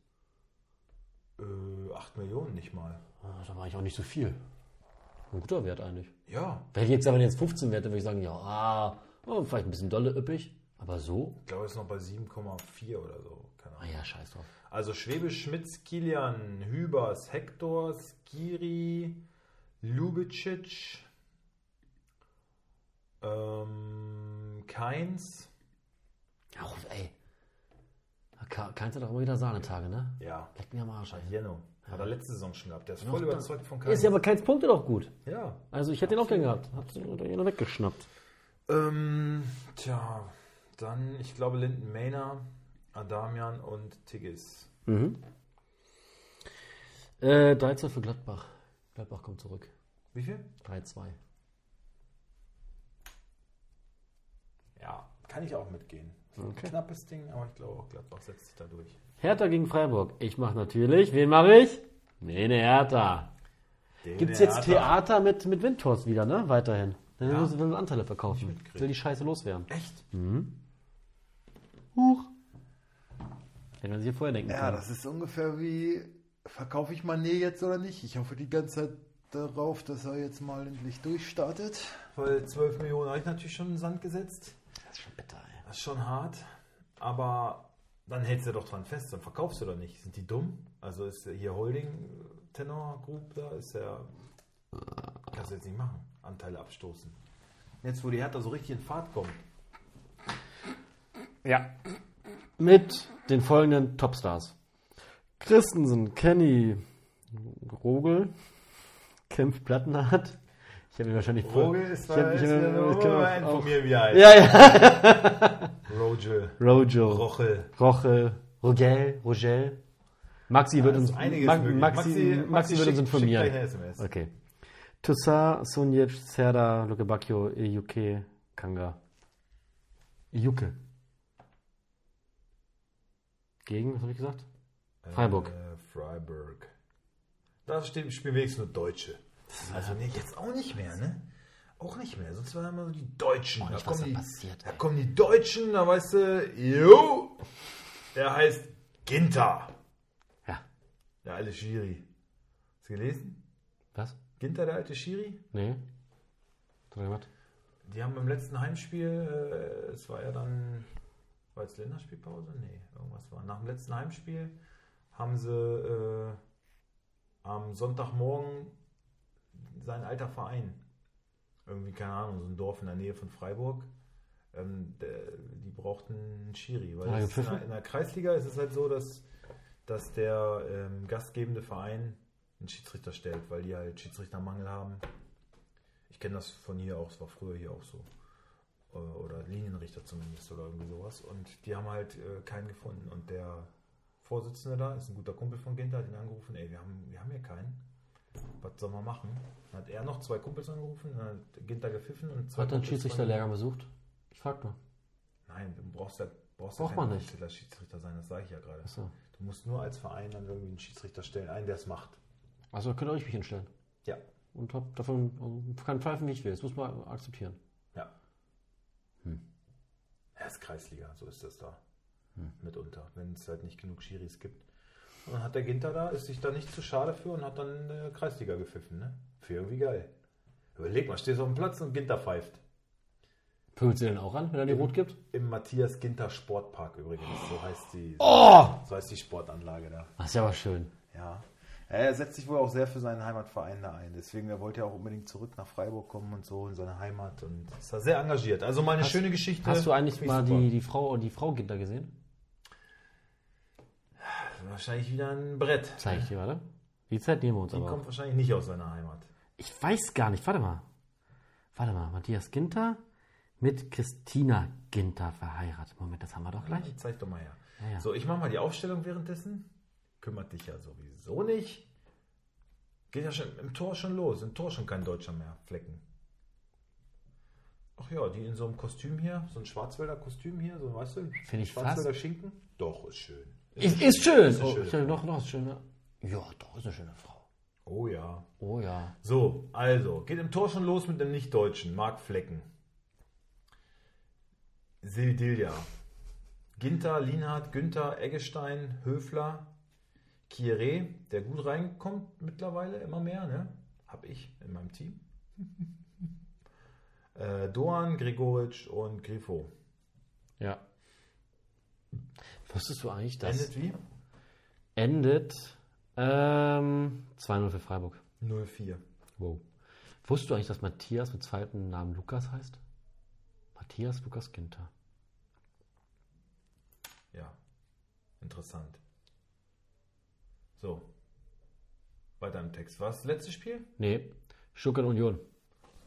Äh, 8 Millionen nicht mal.
Ah, Da war ich auch nicht so viel. Ein guter Wert eigentlich.
Ja,
Wenn ich jetzt aber jetzt 15 Werte, würde ich sagen, ja, ah, oh, vielleicht ein bisschen dolle üppig. Aber so?
ich glaube, es ist noch bei 7,4 oder so. Keine
Ah
Ahnung.
ja, scheiß drauf.
Also Schwäbe, Schmitz, Kilian, Hübers, Hector, Skiri, Lubicic, ähm, Keins.
Auch, ey. Kannst du doch immer wieder Sahnetage, ne?
Ja,
Leck mir am Arsch, ey.
Jeno. Hat er letzte Saison schon gehabt. Der ist voll
Noch da-
überzeugt von Keins.
Ist ja aber keins Punkte doch gut.
ja.
Also ich hätte den auch gern gehabt. Hat den auch weggeschnappt.
Ähm, tja, dann, ich glaube, Linden Mainer, Adamian und Tigges.
Mhm. Äh, 13 für Gladbach. Gladbach kommt zurück.
Wie viel?
3-2.
Ja, kann ich auch mitgehen.
Okay.
Knappes Ding, aber ich glaube auch Gladbach setzt sich da durch.
Hertha gegen Freiburg. Ich mache natürlich. Wen mache ich? Mene Hertha. Gibt es jetzt Theater mit, mit Windhorst wieder, ne? Weiterhin. Dann ja. will man Anteile verkaufen. Will die Scheiße loswerden. Mhm.
Echt?
Huch. Hätte man sich ja vorher denken
Ja,
können.
Ah, das ist ungefähr wie, verkaufe ich Mané jetzt oder nicht? Ich hoffe die ganze Zeit darauf, dass er jetzt mal endlich durchstartet.
Weil 12 Millionen habe ich natürlich schon in den Sand gesetzt.
Das ist schon bitter, ey.
Das ist schon hart. Aber dann hältst du doch dran fest, dann verkaufst du doch nicht. Sind die dumm? Also ist hier Holding äh, Tenor Group da, ist ja. Kannst du jetzt nicht machen. Anteile abstoßen. Jetzt, wo die Hertha so richtig in Fahrt kommt.
Ja. Mit den folgenden Topstars. Christensen, Kenny, Rogel, Kempf, Plattenhardt. Ich habe ihn wahrscheinlich vor-
ist
hab- ich hab- ich kenn auch-
informieren, wie er heißt.
Ja, ja.
Rogel,
Rojo.
Rochel.
Roche, Rogel, Rogel. Maxi wird uns,
einiges
Ma
möglich.
Ähm, Maxi, Maxi, wird uns
schickt- schickt gleich
informieren.
eine SMS.
Okay. Toussaint, Sunjic, Serda, Luke Bacchio, Iyuke, Kanga. Iyuke. Gegen, was habe ich gesagt? Freiburg.
Äh, Freiburg. Da stehen, spielen wenigstens nur Deutsche. Das ist also nee, jetzt auch nicht mehr, ne? Auch nicht mehr. Sonst waren immer so die Deutschen. da,
Oh, nicht, was
kommen
da
die,
passiert,
da
ey.
kommen die Deutschen, da weißt du, jo, der heißt Ginter.
Ja.
Der alte Schiri. Hast du gelesen?
Was?
Ginter, der alte Schiri?
Nee. Hat er gemacht?
Die haben im letzten Heimspiel, äh, es war ja dann, war jetzt Länderspielpause? Nee, irgendwas war. Nach dem letzten Heimspiel haben sie äh, am Sonntagmorgen sein alter Verein, irgendwie, keine Ahnung, so ein Dorf in der Nähe von Freiburg, ähm, der, die brauchten einen Schiri. Weil
Ah,
das ist in,
gepfiffen?
der, in der Kreisliga ist es halt so, dass, dass der ähm, gastgebende Verein einen Schiedsrichter stellt, weil die halt Schiedsrichtermangel haben. Ich kenne das von hier auch, es war früher hier auch so. Äh, Oder Linienrichter zumindest oder irgendwie sowas. Und die haben halt äh, keinen gefunden. Und der Vorsitzende da ist ein guter Kumpel von Ginter, hat ihn angerufen, ey, wir haben, wir haben hier keinen. Was soll man machen? Dann hat er noch zwei Kumpels angerufen, dann hat Ginter gepfiffen und zwei
Hat er
Kumpels
einen
von-
Schiedsrichterlehrgang besucht? Ich frag nur.
Nein, du brauchst ja brauchst
Braucht
ja
man
kein
nicht.
offizieller Schiedsrichter sein, das sage ich ja gerade.
Achso.
Du musst nur als Verein dann irgendwie einen Schiedsrichter stellen, einen, der es macht.
Also könnt ihr euch mich hinstellen.
Ja.
Und hab davon also, kann pfeifen, wie ich will. Das muss man akzeptieren.
Ja. Hm. Ja, ist Kreisliga, so ist das da. Hm. Mitunter, wenn es halt nicht genug Schiris gibt. Und dann hat der Ginter da, ist sich da nicht zu schade für und hat dann äh, Kreisliga gepfiffen, ne? Für irgendwie geil. Überleg mal, stehst auf dem Platz und Ginter pfeift.
Pöbelt sie denn auch an, wenn er die rot gibt?
Im Matthias Ginter Sportpark übrigens, so heißt die, so heißt die Sportanlage da.
Das ist ja aber schön.
Oh! Ja. Ja, Er setzt sich wohl auch sehr für seinen Heimatverein da ein. Deswegen, er wollte ja auch unbedingt zurück nach Freiburg kommen und so in seine Heimat und ist da sehr engagiert. Also mal eine schöne Geschichte.
Hast du eigentlich
Finde ich
mal
super.
die, die Frau die Frau Ginter gesehen?
Wahrscheinlich wieder ein Brett.
Zeig ich dir, warte. Die Zeit nehmen wir uns
Die
aber.
kommt wahrscheinlich nicht aus seiner Heimat.
Ich weiß gar nicht. Warte mal. Warte mal. Matthias Ginter mit Christina Ginter verheiratet. Moment, das haben wir doch gleich.
Ja, Zeig doch mal her.
Ja, ja.
So, ich mache mal die Aufstellung währenddessen. Kümmert dich ja sowieso nicht. Geht ja schon im Tor schon los. Im Tor schon kein Deutscher mehr. Flecken. Ach ja, die in so einem Kostüm hier, so ein Schwarzwälder Kostüm hier, so weißt du,
Find ich
Schwarzwälder Schinken. Doch, ist schön.
Ist, ist schön.
eine
oh,
schöne
ich habe noch, noch eine schöne. Ja, doch, ist eine schöne Frau.
Oh ja.
Oh ja.
So, also, geht im Tor schon los mit dem Nicht-Deutschen, Marc Flecken. Sildilia. Ginter, Lienhardt, Günther, Eggestein, Höfler, Kieré, der gut reinkommt mittlerweile, immer mehr, ne? Hab ich in meinem Team. äh, Doan, Gregoritsch und Grifo.
Ja. Wusstest du eigentlich, dass endet,
Endet wie?
ähm, 2-0 für Freiburg?
0-4.
Wow. Wusstest du eigentlich, dass Matthias mit zweiten Namen Lukas heißt? Matthias Lukas Ginter.
Ja. Interessant. So. Weiter im Text. Was? Letztes Spiel?
Nee, Stuttgart Union.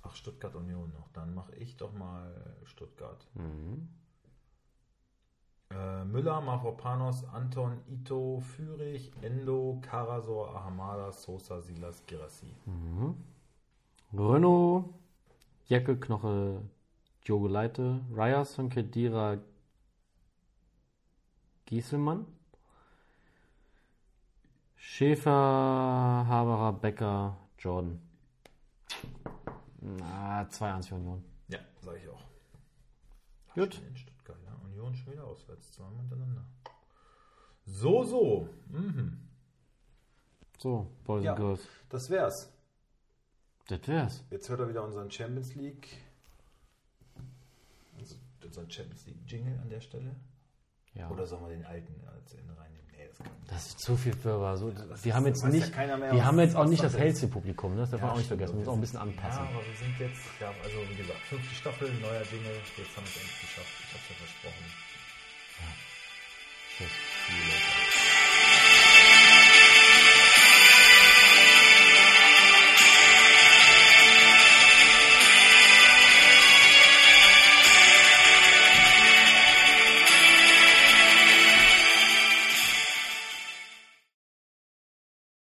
Ach, Stuttgart Union noch. Dann mache ich doch mal Stuttgart.
Mhm.
Äh, Müller, Mavropanos, Anton, Ito, Fürich, Endo, Karasor, Ahamada, Sosa, Silas, Girassi.
Renault, Jacke, Knoche, Diogo Leite, Ryerson, Kedira, Gieselmann, Schäfer, Haberer, Becker, Jordan. Na, 2-1 für Union.
Ja, sage ich auch. Ach,
Gut.
schon In Stuttgart, ja. Union schon wieder auswärts. Zweimal hintereinander. So, so. Mhm.
So, Boys
Ja.
and Girls.
Das wär's.
Das wär's.
Jetzt hört er wieder unseren Champions League. Also unseren Champions League Jingle an der Stelle.
Ja.
Oder sollen wir den alten als Ende reinnehmen? Nee, das kann nicht.
Das ist zu viel Firma. So,
das
wir
ist-
haben
das
jetzt
weiß ja
nicht,
keiner mehr,
wir
was-
haben jetzt auch
was
nicht
das
das
ist.
hellste Publikum. Ne? Das darf man auch nicht
stimmt.
vergessen. Wir müssen auch ein bisschen anpassen.
Ja, aber wir sind jetzt, ja, also wie gesagt, fünfte Staffel, neuer Jingle, jetzt haben wir es endlich geschafft. Ich hab's ja versprochen.